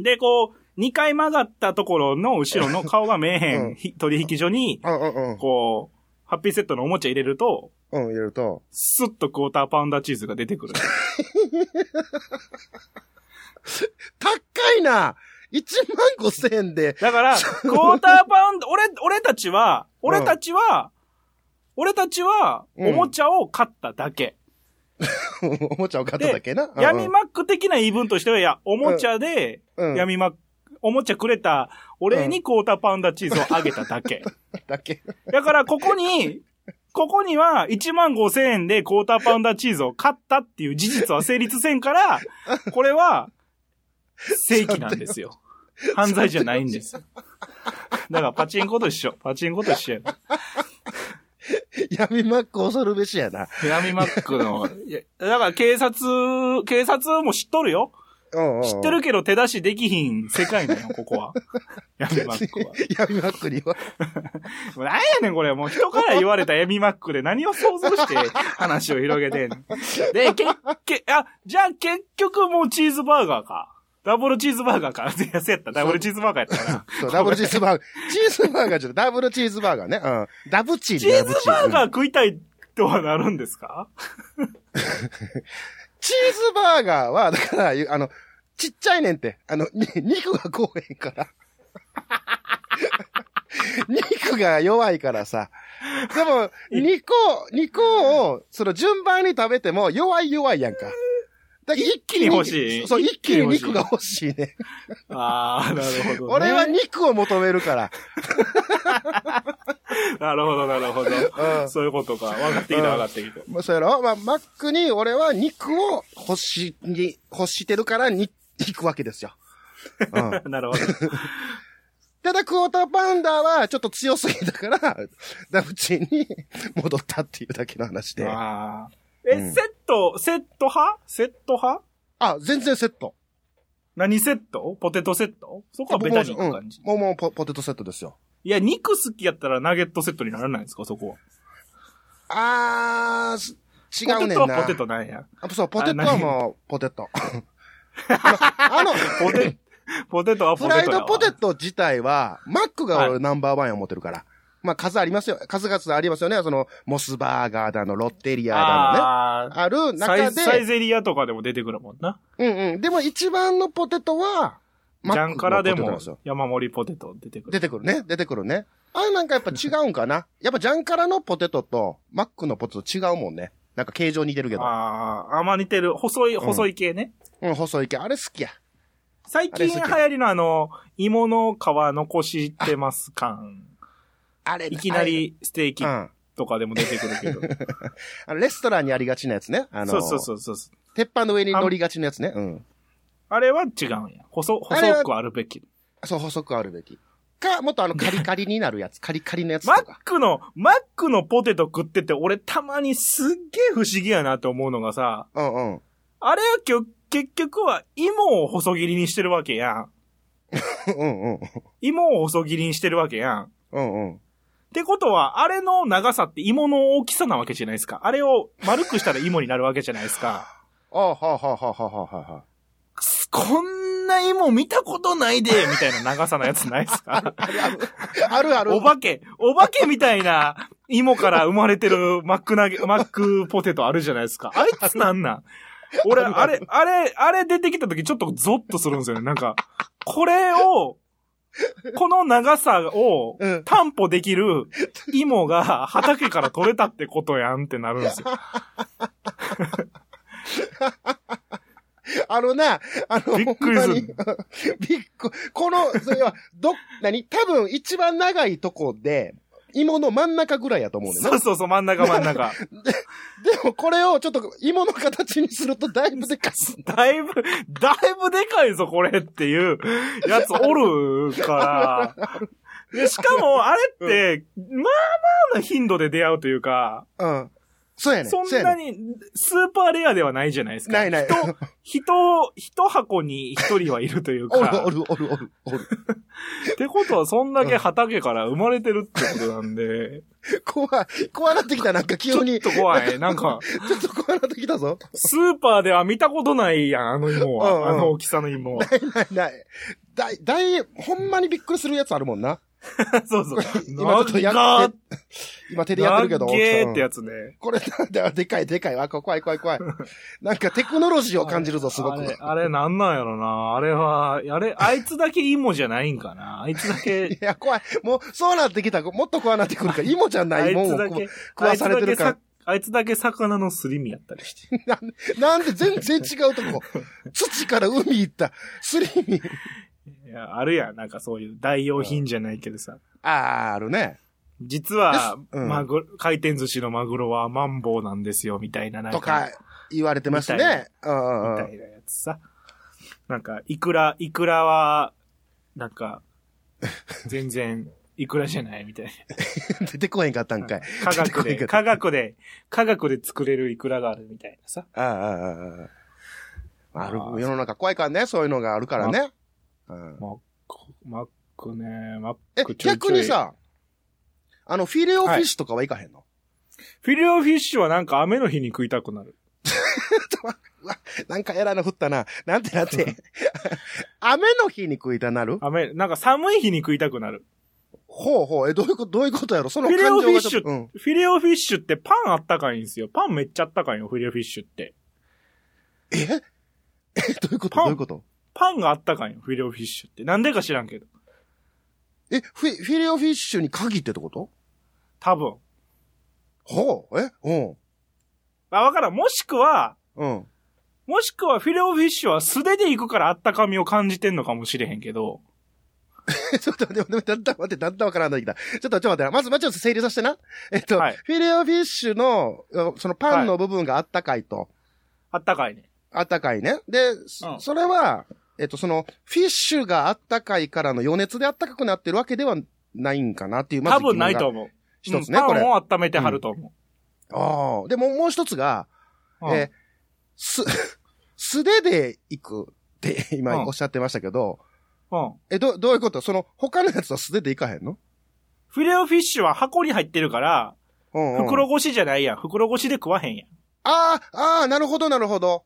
Speaker 1: ん。
Speaker 3: で、こう、2回曲がったところの後ろの顔が見えへ
Speaker 1: うん
Speaker 3: んひ取引所に、
Speaker 1: うんうん
Speaker 3: こう、ハッピーセットのおもちゃ入れる
Speaker 1: う
Speaker 3: と、
Speaker 1: ん。うん、入れると。
Speaker 3: スッとクォーターパウンダーチーズが出てくる。
Speaker 1: 高いな !1 万5千円で。
Speaker 3: だから、クォーターパウンド、俺、俺たちは、俺たちは、俺たちは、
Speaker 1: うん
Speaker 3: おもちゃを買っただけ。
Speaker 1: おもちゃを買っただけな。うんうん
Speaker 3: 闇マック的な言い分としては、いや、おもちゃで、
Speaker 1: うん
Speaker 3: 闇マック、おもちゃくれた、俺にクォーターパウンダーチーズをあげただけ。
Speaker 1: だけ。
Speaker 3: だから、ここに、ここには1万5千円でクォーターパウンダーチーズを買ったっていう事実は成立せ んから、これは、正規なんですよ。 犯罪じゃないんですよ。だから、パチンコと一緒。パチンコと一緒やな。
Speaker 1: 闇マック恐るべしやな。
Speaker 3: 闇マッ クの、いやだから警察、警察も知っとるよ。
Speaker 1: うんうん。
Speaker 3: 知ってるけど手出しできひん世界な んよ、ここは。闇マックは。
Speaker 1: 闇マックには。
Speaker 3: もうなんやねん、これ。もう人から言われた闇マックで何を想像して話を広げてんので、け、け、あ、じゃあ結局もうチーズバーガーか。ダブルチーズバーガーか。 いやそうやった。ダブルチーズバーガーやったな。
Speaker 1: そう、ダブルチーズバーガー。チーズバーガーじゃないダブルチーズバーガーね。うん。ダブチー
Speaker 3: チーズバーガ
Speaker 1: ー
Speaker 3: ー食いたいとはなるんですか
Speaker 1: チーズバーガーは、だから、ゆあの、ちっちゃいねんって。あの、に肉がこうへんから。 肉が弱いからさ。でも、肉を、肉を、その順番に食べても弱い弱いやんか。だから一気
Speaker 3: 一気に欲しい
Speaker 1: そう、一気に
Speaker 3: 一気
Speaker 1: 肉
Speaker 3: に欲しい
Speaker 1: が欲しいね。
Speaker 3: ああ、なるほど、ね。
Speaker 1: 俺は肉を求めるから。
Speaker 3: なるほど、なるほど。
Speaker 1: うん
Speaker 3: そういうことか。分かってきた、分かってきた。
Speaker 1: まあ、そうやろまあ、マックに俺は肉を欲し、に、欲してるからに、行くわけですよ。うん。
Speaker 3: なるほど。
Speaker 1: ただ、クォーターパウンダーはちょっと強すぎたから、 ダブチンに戻ったっていうだけの話 で。あ
Speaker 3: あーえ、
Speaker 1: うん
Speaker 3: セット、セット派セット派
Speaker 1: 全然セット。
Speaker 3: 何セットポテトセットそこはベタにいく感じ。
Speaker 1: うんもうもうポポテトセットですよ。
Speaker 3: いや、肉好きやったらナゲットセットにならないんですか、そこは。
Speaker 1: あー、す違うねん
Speaker 3: ポテト
Speaker 1: な。
Speaker 3: はポテトなんや。
Speaker 1: あそう、ポテトはもう、ポテ ト。あの、あの
Speaker 3: ポテ、ポテトはポ
Speaker 1: フ
Speaker 3: テトや
Speaker 1: ラ
Speaker 3: わ。
Speaker 1: イドポテト自体は、マックが俺ナンバーワンを持ってるから。まあ数ありますよ。数々ありますよね。その、モスバーガーだの、ロッテリアだのね。
Speaker 3: あー
Speaker 1: ある
Speaker 3: サイ
Speaker 1: 中
Speaker 3: ズサイ
Speaker 1: で、
Speaker 3: ゼリアとかでも出てくるもんな。
Speaker 1: うんうん。でも一番のポテトは、
Speaker 3: ジャンからで
Speaker 1: マックのポテトなん
Speaker 3: も
Speaker 1: すよ
Speaker 3: 山盛りポテト出てくる。
Speaker 1: 出てくるね。出てくるね。あれなんかやっぱ違うんか な。やっぱジャンからのポテトと、マックのポテト違うもんね。なんか形状似てるけど。
Speaker 3: ああ、あんま似てる。細い、細い系ね。
Speaker 1: うん、細い系。あれ好きや。
Speaker 3: 最近流
Speaker 1: あれ好き
Speaker 3: 行りのあの、芋の皮残してます感。
Speaker 1: あれ
Speaker 3: いきな。りステーキ
Speaker 1: あれうん。
Speaker 3: とかでも出てくるけど。
Speaker 1: あのレストランにありがちなやつね。あの、
Speaker 3: そうそうそうそう。
Speaker 1: 鉄板の上に乗りがちなやつね。うん。
Speaker 3: あれは違うんや。細、
Speaker 1: あれは
Speaker 3: 細くあるべき。
Speaker 1: そう、細くあるべき。か、もっと あの、カリカリになるやつ、カリカリのやつ
Speaker 3: マ
Speaker 1: と
Speaker 3: ッ
Speaker 1: か。
Speaker 3: クの、マックのポテト食ってて、俺たまにすっげえ不思議やなって思うのがさ、
Speaker 1: うんうん。
Speaker 3: あれはきょ結局は芋を細切りにしてるわけやん。
Speaker 1: うんうん。
Speaker 3: 芋を細切りにしてるわけやん。っ
Speaker 1: うんうん。
Speaker 3: てことは、あれの長さって芋の大きさなわけじゃないですか。あれを丸くしたら芋になるわけじゃないですか。
Speaker 1: ああ、はあはあはあはあはあはあ。
Speaker 3: くす こんな芋見たことないで、みたいな長さのやつないですか
Speaker 1: あるある。
Speaker 3: お化け、お化けみたいな芋から生まれてるマック投げ、マックポテトあるじゃないですか。あいつなんなん俺、あれ、あれ、あれ出てきた時ちょっとゾッとするんですよね。なんか、これを、この長さを
Speaker 1: うん
Speaker 3: 担保できる芋が畑から取れたっ てことやんってなるんですよ。
Speaker 1: あのな、あの、
Speaker 3: びっくりす
Speaker 1: ほんま
Speaker 3: る
Speaker 1: に びっく、この、それは、ど、何多分一番長いとこで、芋の真ん中ぐらいやと思うねんな
Speaker 3: そうそうそう、真ん中真ん中。
Speaker 1: でもこれをちょっと芋の形にするとだいぶでかす。
Speaker 3: だいぶ、だいぶでかいぞ、これっていうやつおるから。でしかも、あれって、まあまあの頻度で出会うというか、
Speaker 1: うん。そうやね
Speaker 3: そん
Speaker 1: そうや
Speaker 3: な
Speaker 1: ね
Speaker 3: にスーパーレアではないじゃないですか。
Speaker 1: ないない。
Speaker 3: 人、人箱に一人はいるという
Speaker 1: おるお
Speaker 3: か。
Speaker 1: るおるおるおる。
Speaker 3: ってことは、そんだけ畑から生まれてるってことなんで、
Speaker 1: 怖い。怖なってきた、なんか
Speaker 3: ちょ
Speaker 1: 急
Speaker 3: っ
Speaker 1: に。ち
Speaker 3: と
Speaker 1: ょ
Speaker 3: 怖い。なんか、
Speaker 1: っと怖なってきたぞ。
Speaker 3: スーパーでは見たことないやん、あの芋は。
Speaker 1: うんうん
Speaker 3: あの大きさの芋は。
Speaker 1: ないない。だい、だい、ほんまにびっくりするやつあるもんな。
Speaker 3: そうそう。
Speaker 1: 今ちょっとや
Speaker 3: な
Speaker 1: っ
Speaker 3: んか
Speaker 1: て、今手でやってるけど。
Speaker 3: なっげー
Speaker 1: う
Speaker 3: って
Speaker 1: ん
Speaker 3: やつね。
Speaker 1: これなんだよ、でかいでかい。わ、怖い怖い 怖い。なんかテクノロジーを感じるぞ、すご
Speaker 3: あ
Speaker 1: く。
Speaker 3: れ、あれなんなんやろな。あれは、あれ、あいつだけ芋じゃないんかな。あいつだ
Speaker 1: い
Speaker 3: け、
Speaker 1: や、怖い。もう、そうなってきた。もっと怖なってくる から。芋じゃ
Speaker 3: あ
Speaker 1: ない
Speaker 3: い
Speaker 1: もん
Speaker 3: つ
Speaker 1: を
Speaker 3: だ
Speaker 1: 食
Speaker 3: け
Speaker 1: わ、食わされてるから。
Speaker 3: あいつだけさあいつだけ魚のすり身やったりして。
Speaker 1: なんで全然違うとこ。土から海行った。すり身。
Speaker 3: いや、あるやん。なんかそういう代用品じゃないけどさ。
Speaker 1: あー、あるね。
Speaker 3: 実は、
Speaker 1: うん
Speaker 3: マグロ、回転寿司のマグロはマンボウなんですよ、みたいな、なん
Speaker 1: とか、言われてました
Speaker 3: みた
Speaker 1: ね。うんう
Speaker 3: み
Speaker 1: ん
Speaker 3: たいなやつさ。なんか、イクラ、イクラは、なん か、全然、イクラじゃないみたいな。
Speaker 1: うん。出てこへんかったんかい。
Speaker 3: 科学
Speaker 1: 出てこへんか
Speaker 3: で、
Speaker 1: った
Speaker 3: 科学で、科学で作れるイクラがあるみたいなさ。
Speaker 1: ああ、ああ、ああ。ある
Speaker 3: あー
Speaker 1: 世の中怖いからね、そういうのがあるからね。うん
Speaker 3: マック、マックね、マッ
Speaker 1: え
Speaker 3: ク、ちょいちょ
Speaker 1: 逆
Speaker 3: い
Speaker 1: に、さ、あの、フィレオフィッシュとかはいかへんの、
Speaker 3: フィレオフィッシュはなんか雨の日に食いたくなる。
Speaker 1: なんかエラーな降ったな。なんてなんて。雨の日に食いたなる
Speaker 3: 雨、なんか寒い日に食いたくなる。
Speaker 1: ほうほう。え、どういうこと、どういうことやろその
Speaker 3: フィ
Speaker 1: 感
Speaker 3: レ
Speaker 1: 情
Speaker 3: オ
Speaker 1: が
Speaker 3: フィッシュ
Speaker 1: ちょっとうん。
Speaker 3: フィレオフィッシュってパンあったかいんですよ。パンめっちゃあったかいよ、フィレオフィッシュって。
Speaker 1: ええ、どういうこと
Speaker 3: パン
Speaker 1: どういうこと
Speaker 3: パンがあったかいよ、フィレオフィッシュって。なんでか知らんけど。
Speaker 1: え、フィ、フィレオフィッシュに限ってってこと
Speaker 3: 多分。
Speaker 1: ほう。えうん。
Speaker 3: あ、わからん。もしくは、
Speaker 1: うん。
Speaker 3: もしくはフィレオフィッシュは素手で行くからあったかみを感じてんのかもしれへんけど。
Speaker 1: ちょっと待って、待ってだんだん待って、だんだんわからんなってきた。ちょっと、ちょっと待ってな、まず、まずちょっと整理させてな。えっと、
Speaker 3: はい
Speaker 1: フィレオフィッシュの、あそのパンの部分があったかいと。
Speaker 3: あったかいね。
Speaker 1: あったかいね。で、そ
Speaker 3: うん
Speaker 1: それは、えっと、その、フィッシュがあったかいからの余熱であったかくなってるわけではないんかなっていう、まず
Speaker 3: 多分ないと
Speaker 1: 疑問が
Speaker 3: 思う。
Speaker 1: 一つね、
Speaker 3: うん
Speaker 1: これ。
Speaker 3: パン
Speaker 1: あ
Speaker 3: を温めてはると思
Speaker 1: あ。でも、もう一つが、
Speaker 3: う。うん
Speaker 1: えーす、 素手で行くって
Speaker 3: う
Speaker 1: 今
Speaker 3: ん
Speaker 1: おっしゃってましたけど、
Speaker 3: うん。
Speaker 1: え、ど、どういうことその、他のやつは素手で行かへんの
Speaker 3: フィレオフィッシュは箱に入ってるから、
Speaker 1: うん、うん。
Speaker 3: 袋越しじゃないやん。袋越しで食わへんやん。
Speaker 1: ああ、ああ、なるほど、なるほど。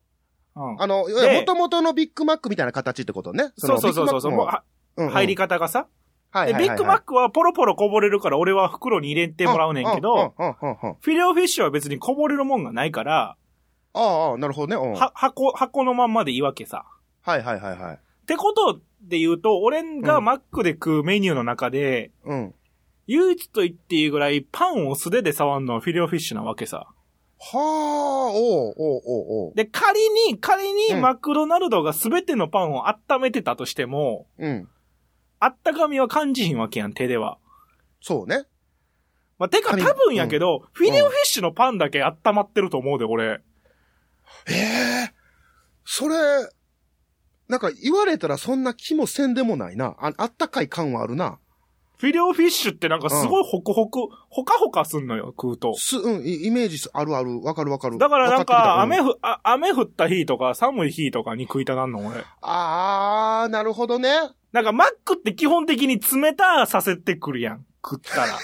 Speaker 3: うん。
Speaker 1: あの、
Speaker 3: で
Speaker 1: 元々のビッグマックみたいな形ってことね。
Speaker 3: そうそうそうそうそう。
Speaker 1: う
Speaker 3: もうは入
Speaker 1: 入
Speaker 3: り、方がさ。
Speaker 1: は
Speaker 3: で、ビッグマッ
Speaker 1: っ
Speaker 3: クはポロポロこぼれるから俺は袋に入れて
Speaker 1: て
Speaker 3: もらうねんけど、、
Speaker 1: うんうんうんうんうん
Speaker 3: フィレオフィッシュは別にこぼれるもんがないから、
Speaker 1: ああああ、なるほどね。うん。は
Speaker 3: は、箱、箱のまんまでいいわけさ。
Speaker 1: いはいはいはい。
Speaker 3: ってことで言うと、俺
Speaker 1: う
Speaker 3: が
Speaker 1: ん
Speaker 3: マックで食うメニューの中で、
Speaker 1: うん。
Speaker 3: 唯一と言っていいぐらいパンを素手で触るのはフィレオフィッシュなわけさ。
Speaker 1: はあ、おうおうおうおう。
Speaker 3: で、仮に、仮に
Speaker 1: うん
Speaker 3: マクドナルドが全てのパンを温めてたとしても、
Speaker 1: うん。
Speaker 3: あったかみは感じひんわけやん、手では。
Speaker 1: そうね。
Speaker 3: まあ、てか
Speaker 1: 仮に
Speaker 3: 多分やけど、フィレオフィッシュのパンだけ温まってると思うで、俺。
Speaker 1: ええそれ、なんか言われたらそんな気もせんでもないな。ああったかい感はあるな。
Speaker 3: フィレオフィッシュってなんかすごいホクホク、ほかほかすんのよ、食うと。
Speaker 1: す、うん、イイメージすあるある。わかるわかる。
Speaker 3: だからなんか、
Speaker 1: わってき
Speaker 3: 雨
Speaker 1: たうん
Speaker 3: ふ、あ雨降った日とか、寒い日とかに食いたなんの、俺。
Speaker 1: ああ、なるほどね。
Speaker 3: なんか、マックって基本的に冷たさせてくるやん。食った ら。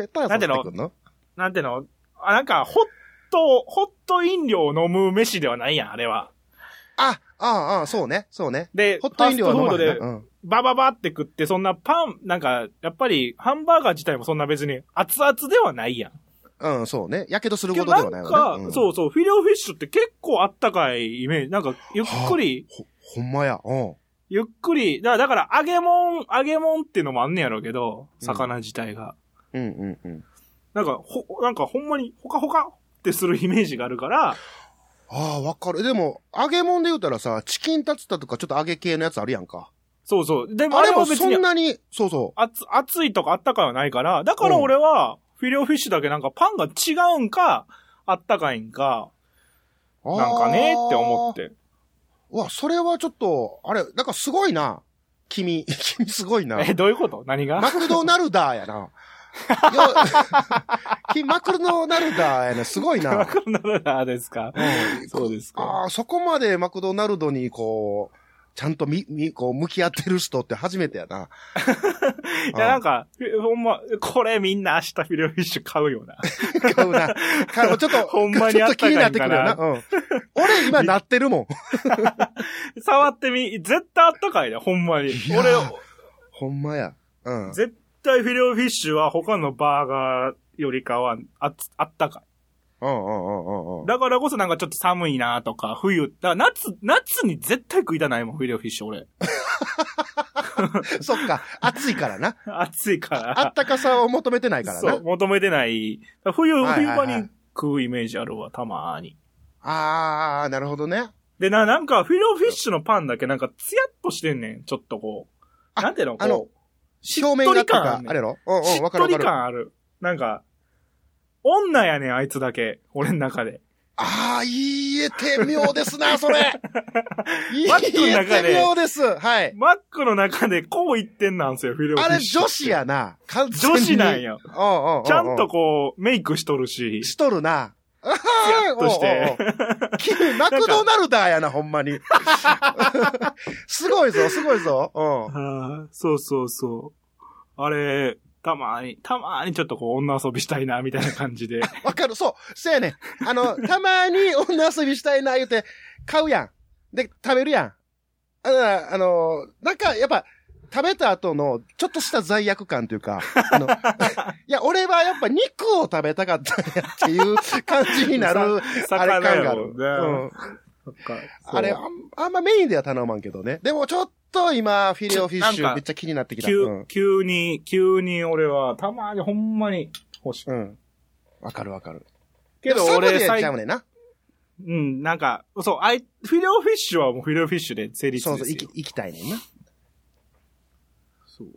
Speaker 1: 冷たい
Speaker 3: なんての
Speaker 1: させてくんの
Speaker 3: なんていうのあ、なんか、ホット、ホット飲料を飲む飯ではないやん、あれは。
Speaker 1: あ、ああ、ああ、そうね、そうね。
Speaker 3: で、
Speaker 1: ホット飲料は飲ま
Speaker 3: ファ
Speaker 1: へん
Speaker 3: ストフードで
Speaker 1: な。うん。
Speaker 3: バババって食って、そんなパン、なんか、やっぱり、ハンバーガー自体もそんな別に熱々ではないやん。
Speaker 1: うん、そうね。やけどする
Speaker 3: け
Speaker 1: こ
Speaker 3: ど
Speaker 1: とで
Speaker 3: な
Speaker 1: はない
Speaker 3: ん
Speaker 1: わ
Speaker 3: か、
Speaker 1: ね。
Speaker 3: そううそう、フィレオフィッシュって結構あったかいイメージ。なんか、ゆっくり
Speaker 1: ん。、ほ、ほんまや。うん。
Speaker 3: ゆっくり、だだから、揚げ物、揚げ物っていうのもあんねやろうけど、魚自体が。
Speaker 1: うんうんうん。
Speaker 3: なんか、ほ、なんかほんまに、ほかほかってするイメージがあるから、
Speaker 1: あああ、わかる。でも、揚げ物で言うたらさ、チキンタツタとかちょっと揚げ系のやつあるやんか。
Speaker 3: そうそう。でも
Speaker 1: あ
Speaker 3: あ
Speaker 1: れ
Speaker 3: れ
Speaker 1: も
Speaker 3: も別
Speaker 1: そ
Speaker 3: に
Speaker 1: んなに、そうそう。
Speaker 3: 熱、熱いとかあったかいはないから、だから俺は、フィレオフィッシュだけなんかパンが違うんか、あったかいんか、
Speaker 1: あー
Speaker 3: なんかねって思っ。て。
Speaker 1: うわ、それはちょっと、あれ、なんかすごいな。君、 君すごいな。
Speaker 3: え、どういうこと何が、
Speaker 1: マクドナルダー やな。いや 君、マクドナルダーやな。すごいな。
Speaker 3: マクドナルダーですか、そうですか。
Speaker 1: ああ、そこまでマクドナルドにこう、ちゃんとみ、み、こう、向き合ってる人って初めてや な。
Speaker 3: いや、なんか、ほんま、これみんな明日フィレオフィッシュ買うよな。
Speaker 1: 買うな。買うちょっと、
Speaker 3: ほんまにあったかいんか
Speaker 1: ちょっと気にな
Speaker 3: な
Speaker 1: ってくるよな。うん。俺今なってるもん。
Speaker 3: 触ってみ、絶対あったかいで、ほんまに。
Speaker 1: や
Speaker 3: 俺、
Speaker 1: ほんまや。うん。
Speaker 3: 絶対フィレオフィッシュは他のバーガーよりかはあつあったかい。
Speaker 1: うんうんうんうんうん。
Speaker 3: だからこそなんかちょっと寒いなとか、冬、だから夏、夏に絶対食いたないもん、フィレオフィッシュ俺。
Speaker 1: そっか。暑いからな。
Speaker 3: 暑いか ら。
Speaker 1: あったかさを求めてないから
Speaker 3: そ
Speaker 1: な
Speaker 3: う、。求めてない。冬、
Speaker 1: はい
Speaker 3: 冬
Speaker 1: はいは
Speaker 3: 場
Speaker 1: い
Speaker 3: に食うイメージあるわ、たまーに。
Speaker 1: ああ、なるほどね。
Speaker 3: で、な、なんか、フィレオフィッシュのパンだけなんか、ツヤっとしてんねん、ちょっとこう。
Speaker 1: あ
Speaker 3: なんていうの
Speaker 1: あの
Speaker 3: こう、しっ
Speaker 1: 表面
Speaker 3: と
Speaker 1: が
Speaker 3: り
Speaker 1: と
Speaker 3: 感
Speaker 1: か
Speaker 3: あ、んねん
Speaker 1: あれやろうんう
Speaker 3: し
Speaker 1: ん、
Speaker 3: っ
Speaker 1: わかる
Speaker 3: と
Speaker 1: わ
Speaker 3: り
Speaker 1: かる。あ
Speaker 3: 感ある。なんか、女やねん、あいつだけ。俺の中で。
Speaker 1: あー、言えて妙ですな、 それ。言
Speaker 3: マックの
Speaker 1: え
Speaker 3: 中で
Speaker 1: て妙です。はい。
Speaker 3: マックの中でこう言ってんなんすよ、フィレオフィ
Speaker 1: あれ
Speaker 3: ッシュ。
Speaker 1: 女子。やな。完全に
Speaker 3: 女子なん。や。
Speaker 1: うんうんうんう。
Speaker 3: ちゃんとこう、メイクしとるし。
Speaker 1: しとるな。あは
Speaker 3: っとして
Speaker 1: おうおうおう君、マクドナルダーやな、ほん まに。すごいぞ、すごいぞ。う
Speaker 3: あーそうそうそう。あれ、たまに、たまにちょっとこう、女遊びしたいな、みたいな感じで。
Speaker 1: ん。わかる、そう。せやねん。あの、たまに女遊びしたいな、言うて、買うやん。で、食べるやん。あらあの、なんか、やっぱ、食べた後の、ちょっとした罪悪感というか、あ の、いや、俺はやっぱ肉を食べたかったんやっていう感じになる、
Speaker 3: さ
Speaker 1: あれ感があ
Speaker 3: や
Speaker 1: る
Speaker 3: ろ。
Speaker 1: うん。
Speaker 3: そっかそう
Speaker 1: あれ、あんあんまメインでは頼まんけどね。でもちょっと今、フィレオフィッシ
Speaker 3: なん
Speaker 1: ュ
Speaker 3: か
Speaker 1: めっちゃ気になってきた。う
Speaker 3: 急
Speaker 1: ん、。
Speaker 3: 急に、急に俺は、たまにほんまに欲しい。
Speaker 1: うん。わかるわかる。
Speaker 3: けど
Speaker 1: でも
Speaker 3: 俺、
Speaker 1: サブで
Speaker 3: 最
Speaker 1: ちゃうねんな。
Speaker 3: うん、なんか、そう、あい、フィレオフィッシュはもうフィレオフィッシュで成立です
Speaker 1: そ
Speaker 3: よ。
Speaker 1: うそう、行き、行きたいねんな。
Speaker 3: そう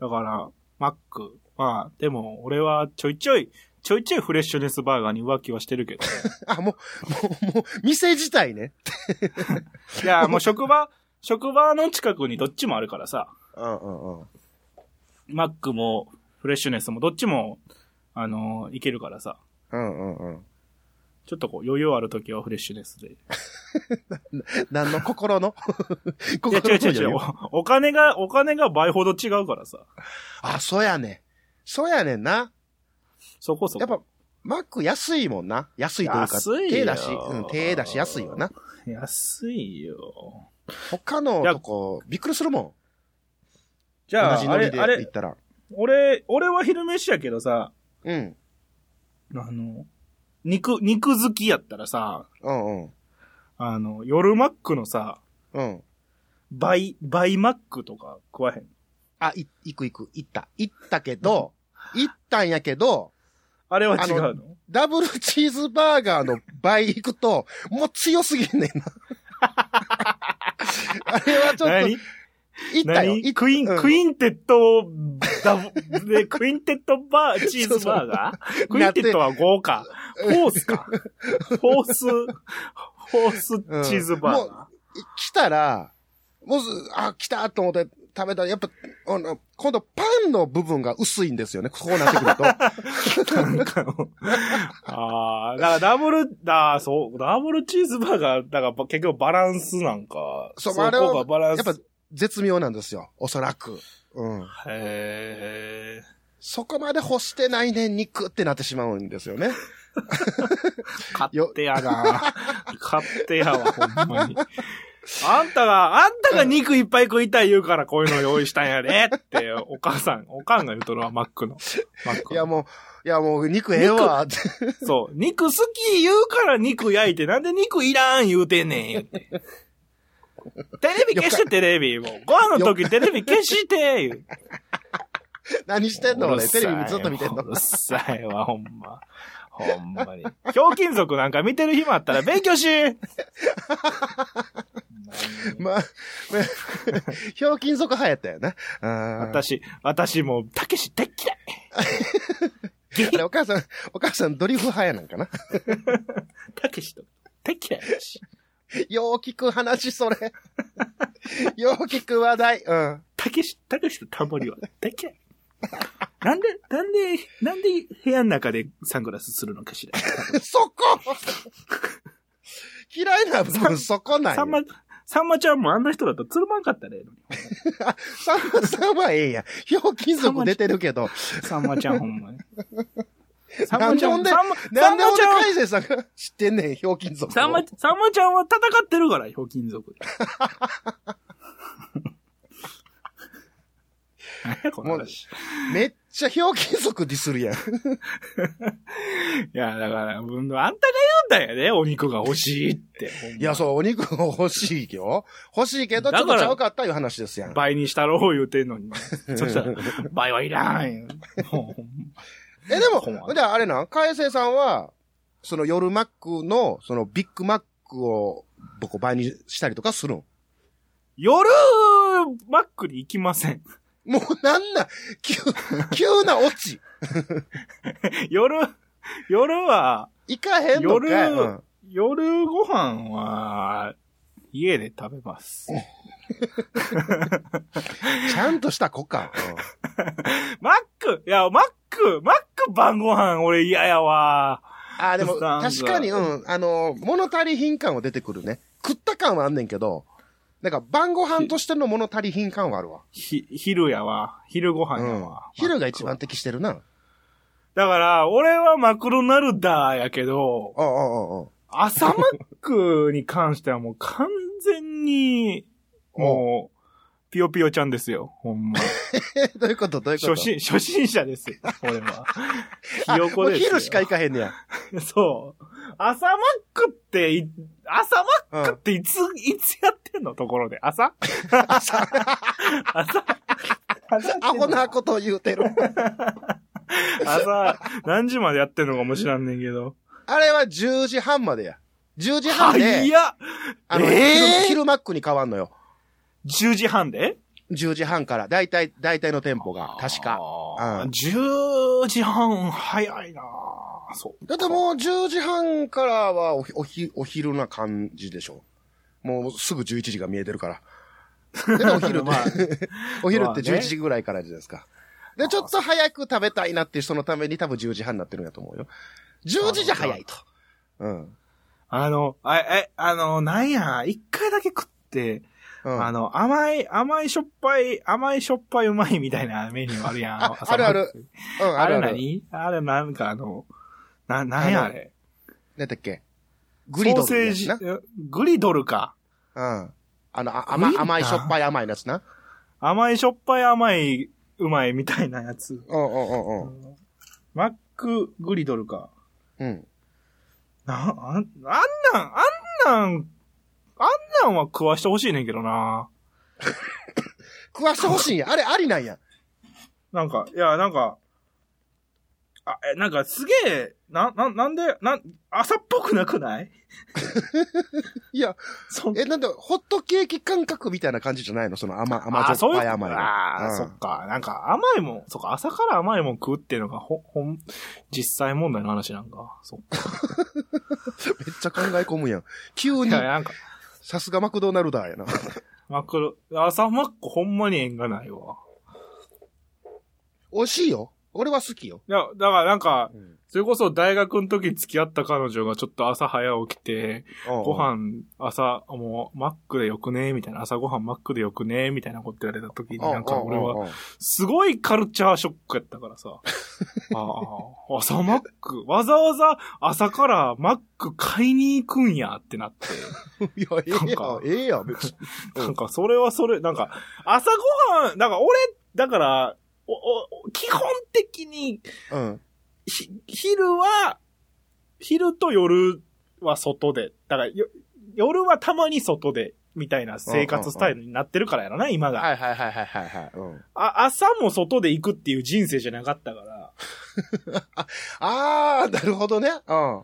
Speaker 3: だから、マック。まあ、でも、俺はちょいちょい、ちょいちょいフレッシュネスバーガーに浮気はしてる けど。
Speaker 1: あ、もう、もう、もう、店自体ね。
Speaker 3: いや、もう職場、職場の近くにどっちもあるからさ、
Speaker 1: うんうんうん。
Speaker 3: マックもフレッシュネスもどっちも、あのーいけるからさ、
Speaker 1: うんうんうん。
Speaker 3: ちょっとこう余裕ある時はフレッシュネスで。い
Speaker 1: 何の心 の
Speaker 3: や、
Speaker 1: 心の
Speaker 3: 違う違
Speaker 1: 部
Speaker 3: う違
Speaker 1: 分
Speaker 3: う
Speaker 1: よ。
Speaker 3: お金が、お金が倍ほど違うからさ、
Speaker 1: あ、そうやねん。そうやねんな。
Speaker 3: そこそこ。
Speaker 1: やっぱ、マック安いもんな。安いというか、
Speaker 3: 安いよ
Speaker 1: 手出し、うん、手出し安いよな。
Speaker 3: 安いよ。
Speaker 1: 他のとこ、びっくりするもん。
Speaker 3: じゃ
Speaker 1: 同
Speaker 3: あ、
Speaker 1: じ
Speaker 3: あ
Speaker 1: ノ
Speaker 3: れ
Speaker 1: リ、で
Speaker 3: あ
Speaker 1: 行っ
Speaker 3: れ、
Speaker 1: たら。
Speaker 3: 俺、俺は昼飯やけどさ、
Speaker 1: うん。
Speaker 3: あの、肉、肉好きやったらさ、
Speaker 1: うんうん。
Speaker 3: あの、夜マックのさ、
Speaker 1: うん。
Speaker 3: 倍、倍マックとか食わへん。
Speaker 1: あ、い、行く行く、行った。行ったけど、行ったんやけど、
Speaker 3: あれは違う
Speaker 1: あ
Speaker 3: の
Speaker 1: ダブルチーズバーガーの倍行くと、もう強すぎんねんな。 あれはちょっと、
Speaker 3: 何
Speaker 1: 行ったよ。行
Speaker 3: 何
Speaker 1: っ
Speaker 3: クイン、
Speaker 1: うん
Speaker 3: クインテットダブ、 で、クインテットバー、チーズバーガークインテットは豪華。フォースか。フォース、フォースチーズバーガ
Speaker 1: 来たら、もうす、あ、来たと思って食べたら、やっぱ、あの、今度パンの部分が薄いんですよね。こうなってくると。
Speaker 3: ー。ああ、だからダブル、だ、そう、ダブルチーズバーガー、だから結局バランスなんか。
Speaker 1: そう
Speaker 3: こ
Speaker 1: あれは
Speaker 3: がバラン
Speaker 1: やっぱ
Speaker 3: ス。、
Speaker 1: 絶妙なんですよ。おそらく。うん。
Speaker 3: へ
Speaker 1: そこまで欲してないねん、肉ってなってしまうんです よね。
Speaker 3: ー勝手やな。勝手や わ、ほんまに。あんたが、あんたが肉いっぱい食いたい言うからこういうの用意したんやでって、お母さん、おかんが言うとるわ、マックの。マック
Speaker 1: い
Speaker 3: の
Speaker 1: やもう、いやもう肉ええわって。
Speaker 3: そう。肉好き言うから肉焼いて、なんで肉いらん言うてんねん言うて。テレビ消してテレビ。もうご飯の時テレビ消して言う。
Speaker 1: 何してんの
Speaker 3: うる
Speaker 1: 俺、
Speaker 3: さ
Speaker 1: テ
Speaker 3: い
Speaker 1: レビずっと見てんの
Speaker 3: うるさいわ、ほんま。ほんまに。ひょうきん族なんか見てる暇あったら勉 強し
Speaker 1: まあ、ひょうきん族派やったよな。あー
Speaker 3: 私、私もう、たけし大っ嫌い
Speaker 1: あれ、お母さん、お母さんドリフ派やなん かな。
Speaker 3: たけしと、大っ嫌いだし。
Speaker 1: よう聞く話、それ。よう聞く話題。うん。
Speaker 3: たけし、たけしとタモリは大っ嫌い。なんで、なんで、なんで部屋の中でサングラスするのかし
Speaker 1: そこ嫌いな部分そこな
Speaker 3: ら。
Speaker 1: い。
Speaker 3: さんま、さんまちゃんもあんな人だったらつるまんかったね。
Speaker 1: さんまさんはええやん。ひょうきん族出てるけど。
Speaker 3: さんまちゃんほんまに。さん
Speaker 1: な
Speaker 3: ま
Speaker 1: ん
Speaker 3: ち
Speaker 1: で
Speaker 3: ゃ
Speaker 1: ほ
Speaker 3: ん
Speaker 1: ん
Speaker 3: も、
Speaker 1: で
Speaker 3: さんま、
Speaker 1: な
Speaker 3: さ
Speaker 1: ん
Speaker 3: ん
Speaker 1: でほ
Speaker 3: ま
Speaker 1: ん
Speaker 3: ち
Speaker 1: で
Speaker 3: ゃんは
Speaker 1: 海星さんが知ってんねん、ひょうきん族を。
Speaker 3: さんま、さんまちゃんは戦ってるから、ひょうきん族で。何 やこの話。
Speaker 1: めっちゃひょうきん族ディスるやん。
Speaker 3: いや、だから、うんあんたが言うんだよね、お肉が欲しいって。ほんま
Speaker 1: いや、そう、お肉欲しいよ。欲しいけど、ちょっ
Speaker 3: だか
Speaker 1: と
Speaker 3: ら
Speaker 1: ちゃうかったいう話ですやん。
Speaker 3: 倍にしたろう言うてんのに。 そしたら、倍はいらんよ。もう
Speaker 1: え、でも、
Speaker 3: ほんま
Speaker 1: ほんであれなん海星さんは、その夜マックの、そのビッグマックを、僕倍にしたりとかするん
Speaker 3: 夜、マックに行きません。
Speaker 1: もうなんなん、 急、急なオチ。
Speaker 3: 夜、夜は、
Speaker 1: 行かへんのかい
Speaker 3: 夜
Speaker 1: うん
Speaker 3: 夜ご飯は、家で食べます。
Speaker 1: ちゃんとした子か。うん
Speaker 3: マックいや、マックマック晩ご飯俺嫌やわ。
Speaker 1: ああ、でも、
Speaker 3: なんか
Speaker 1: 確かに、うん、あの、物足り品感は出てくるね。食った感はあんねんけど、なんか晩ご飯としての物足り品感はあるわ。
Speaker 3: ひ、昼やわ。昼ご飯や
Speaker 1: う
Speaker 3: わ。
Speaker 1: ん
Speaker 3: マックは。
Speaker 1: 昼が一番適してるな。
Speaker 3: だから、俺はマクドナルダーやけど、
Speaker 1: ああ、ああ、ああ。
Speaker 3: 朝マックに関してはもう完 全に、もう、ピヨピヨちゃんですよ。ほんま。
Speaker 1: え、どういうことどういうこと
Speaker 3: 初心、初心者ですよ。俺は。
Speaker 1: あ
Speaker 3: ひよこですよ。
Speaker 1: もう昼しか行かへんねや。
Speaker 3: そう。朝マックってい、朝マ
Speaker 1: う
Speaker 3: ック
Speaker 1: ん
Speaker 3: っ。ていつ、いつやってんの ところで。 朝
Speaker 1: 朝、
Speaker 3: 朝朝やってんの
Speaker 1: アホなこと言うてる。
Speaker 3: 朝、何時までやってんのかもしらんねんけど。
Speaker 1: あれは10時半までや。10時半
Speaker 3: はい
Speaker 1: で、
Speaker 3: や
Speaker 1: あの、
Speaker 3: えー
Speaker 1: 昼昼マックに変わんのよ。
Speaker 3: !10 時半で
Speaker 1: 10時半から、だいたい、だいたいの店舗が、確か。う
Speaker 3: あー
Speaker 1: ん
Speaker 3: 10時半早いなぁそう。
Speaker 1: だってもう10時半からはおひおひお昼な感じでしょ。もうすぐ11時が見えてるから。でお昼
Speaker 3: まあ
Speaker 1: お昼っ
Speaker 3: まあ
Speaker 1: て
Speaker 3: ね
Speaker 1: 11時ぐらいからじゃないですか。で、ちょっと早く食べたいなっていう人のために多分10時半になってるんやと思うよ。10時じゃ早いと。うん。
Speaker 3: あの、あえ、あの、なんや、一回だけ食って、
Speaker 1: うん、
Speaker 3: あの、甘い、甘いしょっぱい、甘いしょっぱいうまいみたいなメニューあるや ん。
Speaker 1: あ
Speaker 3: 朝
Speaker 1: あるある
Speaker 3: マック。
Speaker 1: うん、
Speaker 3: あ
Speaker 1: あるあ
Speaker 3: れ
Speaker 1: る。
Speaker 3: 何あれなんかあの、な、なんやあれ。
Speaker 1: 何だっけグリドル
Speaker 3: ソ
Speaker 1: の
Speaker 3: ーセ
Speaker 1: や
Speaker 3: ー
Speaker 1: つ
Speaker 3: ジ
Speaker 1: な。、
Speaker 3: グリドルか。
Speaker 1: うん。あの、あ甘
Speaker 3: グリ、ドル
Speaker 1: 甘いしょっぱい甘いやつな。
Speaker 3: 甘いしょっぱい甘いうまいみたいなやつ。
Speaker 1: うんうんうんうん。
Speaker 3: マックグリドルか。
Speaker 1: うん。
Speaker 3: な、あん、あんなん、あんなん、あんなんは食わしてほしいねんけどな。
Speaker 1: 食わしてほしいんや。あれありなんや。
Speaker 3: なんか、いや、なんか、あ、え、なんかすげえ、な、な、なんで、なん、朝っぽくなくない
Speaker 1: いや、
Speaker 3: そん
Speaker 1: え、なんで、ホットケーキ感覚みたいな感じじゃないのその甘、甘じょっぱい甘いの。
Speaker 3: ああ、
Speaker 1: うん
Speaker 3: そっか。なんか甘いもん、そっか、朝から甘いもん食うっていうのが、ほ、ほん、実際問題の話なんか。そっか。
Speaker 1: めっちゃ考え込むやん。急
Speaker 3: い
Speaker 1: に
Speaker 3: や、、なんか、
Speaker 1: さすがマクドナルダーやな。
Speaker 3: マクロ、朝マックほんまに縁がないわ。
Speaker 1: 美味しいよ。俺は好きよ。
Speaker 3: いや、だからなんか、
Speaker 1: うん
Speaker 3: それこそ大学の時付き合った彼女がちょっと朝早起きて、ご
Speaker 1: ご。
Speaker 3: 飯、朝、もう、マックでよくねみたいな、朝ご飯マックでよくねみたいなこと言われた時に、なんか俺は、
Speaker 1: は。
Speaker 3: すごいカルチャーショックやったか らさ。ああ、朝マック、わざわざ朝からマック買いに行くんやってなって。
Speaker 1: いや、ええ
Speaker 3: なん
Speaker 1: やん、
Speaker 3: か
Speaker 1: ええやん、別に。うん
Speaker 3: なんか、それはそれ、なんか、朝ご飯、なんか俺、だから、お、お、基本的に、
Speaker 1: うん。
Speaker 3: ひ、昼は、昼と夜は外で、だからよ、夜はたまに外で、みたいな生活スタイルになってるからやろな、今が。
Speaker 1: いはいはいはいはいはい。うん。
Speaker 3: あ、朝も外で行くっていう人生じゃなかったから、
Speaker 1: あー、なるほどね。うん。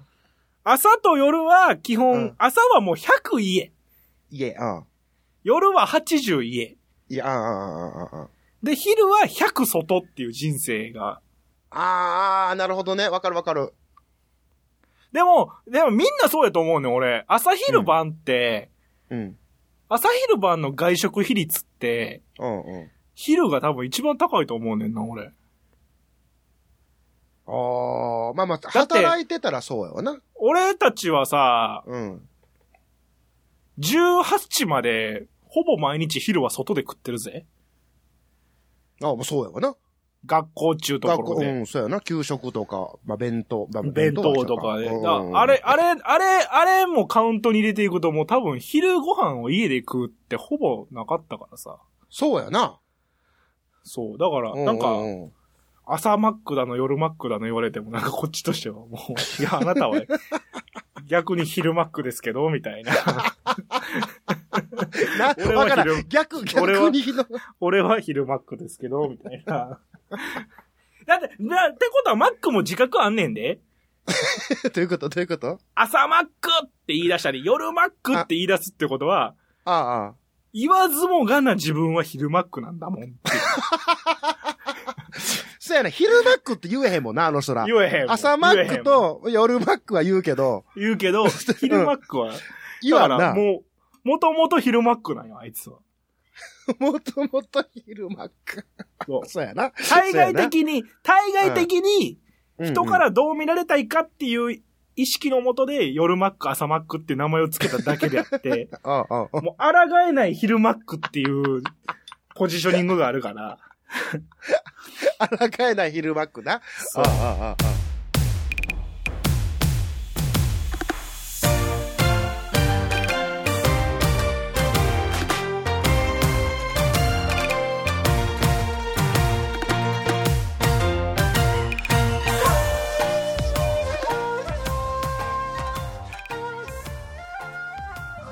Speaker 3: 朝と夜は基本、
Speaker 1: うん
Speaker 3: 朝はもう100家。
Speaker 1: いえ、うん。
Speaker 3: 夜は80家。
Speaker 1: いや、ああ、ああ、ああ。
Speaker 3: で、昼は100外っていう人生が。
Speaker 1: ああ、なるほどね。わかるわかる。
Speaker 3: でも、でもみんなそうやと思うねん、俺。朝昼晩って、
Speaker 1: うん。
Speaker 3: 朝昼晩の外食比率って、
Speaker 1: うんうん。
Speaker 3: 昼が多分一番高いと思うねんな、俺。
Speaker 1: ああ、まあまあ、
Speaker 3: だって
Speaker 1: 働いてたらそうやわな。
Speaker 3: 俺たちはさ、
Speaker 1: うん。
Speaker 3: 18まで、ほぼ毎日昼は外で食ってるぜ。
Speaker 1: ああ、もうそうやわな。
Speaker 3: 学校中と
Speaker 1: 学
Speaker 3: ころ
Speaker 1: 校、う
Speaker 3: で。
Speaker 1: ん、そうやな。給食とか、まあ弁当、まあ
Speaker 3: 弁当とかで。
Speaker 1: うん
Speaker 3: だあれ、あれ、あれ、あれもカウントに入れていくともう多分昼ご飯を家で食うってほぼなかったからさ。
Speaker 1: そうやな。
Speaker 3: そう。だから、なん
Speaker 1: う
Speaker 3: か、
Speaker 1: ううん
Speaker 3: 朝マックだの夜マックだの言われてもなんかこっちとしてはもう、いや、あなたは逆に昼マックですけど、みたいな。
Speaker 1: な、
Speaker 3: 俺は
Speaker 1: わから
Speaker 3: 昼
Speaker 1: ん。逆、逆
Speaker 3: 俺は
Speaker 1: にひどい
Speaker 3: 俺は昼マックですけど、みたいな。 だって、だってことはマックも自覚あんねんで。
Speaker 1: どういうことどういうこと
Speaker 3: 朝マックって言い出したり、夜マックって言い出すってことは、
Speaker 1: ああ、あ
Speaker 3: 言わずもがな自分は昼マックなんだもんって
Speaker 1: あ。そうやな。昼マックって言えへんもんな、あの人ら。
Speaker 3: 言えへんもん。
Speaker 1: 朝マック
Speaker 3: 言えへんもん
Speaker 1: と夜マックは言うけど、
Speaker 3: 言うけど、昼マックは、
Speaker 1: 言わん
Speaker 3: だから
Speaker 1: な。も
Speaker 3: もう、もともと昼マックなんよ、あいつは。
Speaker 1: ともと昼マック。
Speaker 3: そ う
Speaker 1: そうやな。、
Speaker 3: 対外的に、対外的に、人かららどう見られたいかっていう意識のもとで、夜マック、朝マックって名前をつけただけであって、
Speaker 1: うんうんああ、あ
Speaker 3: もう、抗えない昼マックっていうポジショニングがあるから。
Speaker 1: あ。抗えない昼マックな。あ
Speaker 3: そ
Speaker 1: あ、
Speaker 3: う
Speaker 1: ああ、ああ。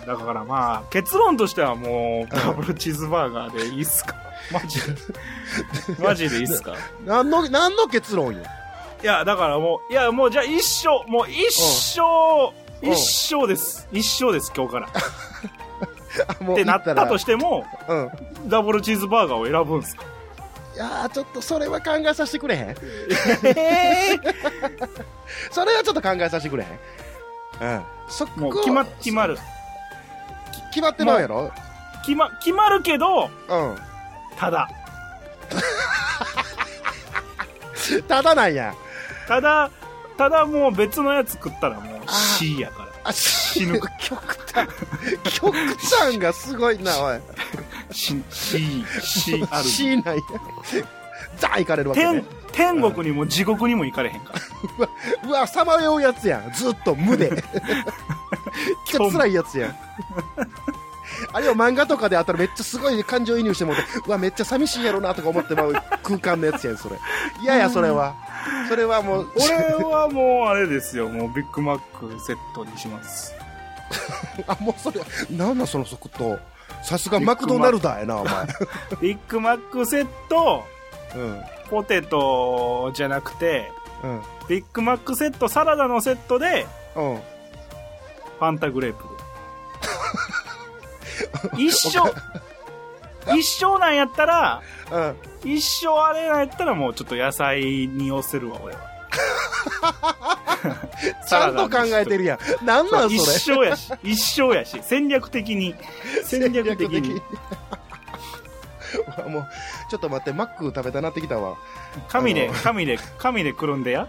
Speaker 3: だからまあ、結論としてはもう、ダブルチーズバーガーでいいっすか マジで。 マジでいいっすか
Speaker 1: 何の、何の結論よ。
Speaker 3: いや、だからもう、いや、もうじゃあ一生、もう一生、
Speaker 1: うん
Speaker 3: 一生です。一生です、今日から。っ
Speaker 1: あもう
Speaker 3: てな
Speaker 1: 言
Speaker 3: ったとしても、
Speaker 1: らうん。
Speaker 3: ダブルチーズバーガーを選ぶんすか
Speaker 1: いやー、ちょっとそれは考えさせてくれへん。
Speaker 3: ええ
Speaker 1: それはちょっと考えさせてくれへん。うん。そこ
Speaker 3: もう決ま、決まる。
Speaker 1: き決まってまうやろ
Speaker 3: 決ま、決まるけど、
Speaker 1: う
Speaker 3: ただ。
Speaker 1: ん。ただなんや。
Speaker 3: ただ、ただもう別のやつ食ったらもう C やから。
Speaker 1: あ、死
Speaker 3: ぬ。
Speaker 1: 極端。極端がすごいな、おい。
Speaker 3: C、C、C ある。
Speaker 1: 死なんや。 ザーいかれるわけ
Speaker 3: 天
Speaker 1: ね。、
Speaker 3: 天国にも地獄にも行かれへんから。
Speaker 1: うわ、さまようやつやん。ずっと無 で。ちょっと辛いやつやん。あれを漫画とかであったらめっちゃすごい感情移入してもらって、うわ、めっちゃ寂しいやろなとか思ってまう空間のやつやん、それ。いやいや、それは。それはもう、
Speaker 3: 俺はもうあれですよ、もうビッグマックセットにします。
Speaker 1: あ、もうそれ、なんなんその即答。さすがマクドナルダーやな、お前。
Speaker 3: ビッグマックセット、
Speaker 1: うん。
Speaker 3: ポテトじゃなくて、
Speaker 1: うん。
Speaker 3: ビッグマックセット、サラダのセットで、
Speaker 1: うん。
Speaker 3: ファンタグレープ。 一生、一生なんやったら、
Speaker 1: うん。
Speaker 3: 一生あれなんやったらもうちょっと野菜に寄せるわ、 俺は。
Speaker 1: ちゃんと考えてるやん。なんなん
Speaker 3: 一
Speaker 1: それ。
Speaker 3: 生 やし、一生やし、戦略的に、戦略的に、。
Speaker 1: もう、ちょっと待って、マック食べたなってきたわ。
Speaker 3: 神で
Speaker 1: あの、
Speaker 3: 神で、神でくるんでや、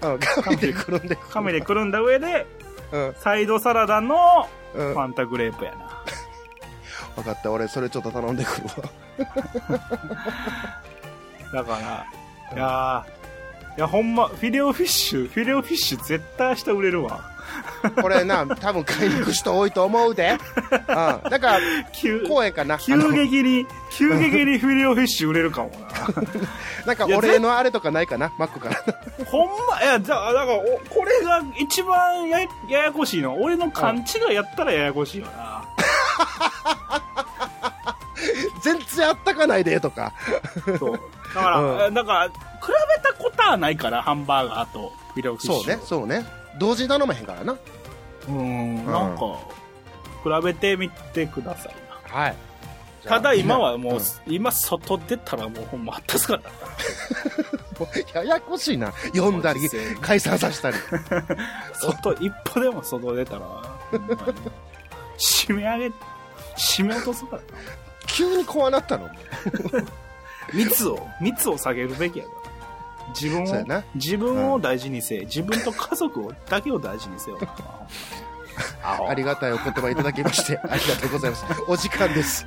Speaker 1: うん、紙でくるんで。
Speaker 3: 神でくるんだ上で、
Speaker 1: うん。
Speaker 3: サイドサラダの
Speaker 1: うん。
Speaker 3: フ
Speaker 1: わ
Speaker 3: ァンタグレープやな。
Speaker 1: かった、俺、それちょっと頼んでくる わ。
Speaker 3: だから、いやー、いやほんま、フィレオフィッシュ、フィレオフィッシュ絶対明日売れるわ。
Speaker 1: これな、多分買いに行く人多いと思うで。うん。だから、
Speaker 3: 急
Speaker 1: 公園かな。
Speaker 3: 急激に、急激にフィレオフィッシュ売れるかも な。
Speaker 1: あのなんか、お礼のあれとかないかな、マックから。
Speaker 3: ほんま、いや、じゃあ、だから、おこれが一番やややこしいの。俺の勘違いやったらややこしいよな。
Speaker 1: 全然あったかないで、とか。
Speaker 3: そう。だから、
Speaker 1: う
Speaker 3: なんか、比べたことはないから、ハンバーガーとフィレオフィッシュ。
Speaker 1: そうね、そうね。同時に頼まへんからな。
Speaker 3: うん、なんか、比べてみてくださいな。
Speaker 1: はい。
Speaker 3: ただ今はもう、
Speaker 1: ん
Speaker 3: 今外出たらもうほんまあったすからな。
Speaker 1: もうややこしいな。読んだり、解散させ たり。
Speaker 3: 外、一歩でも外出たら、ほんまに締め上げ、締め落とすからな。
Speaker 1: 急に怖なったの。
Speaker 3: 密を、密を下げるべきやから。自分
Speaker 1: そうや
Speaker 3: を
Speaker 1: な、
Speaker 3: 自分を大事にせえ。自分と家族をだけを大事にせよ。
Speaker 1: ありがたいお言葉いただきまして、ありがとうございます。お時間です。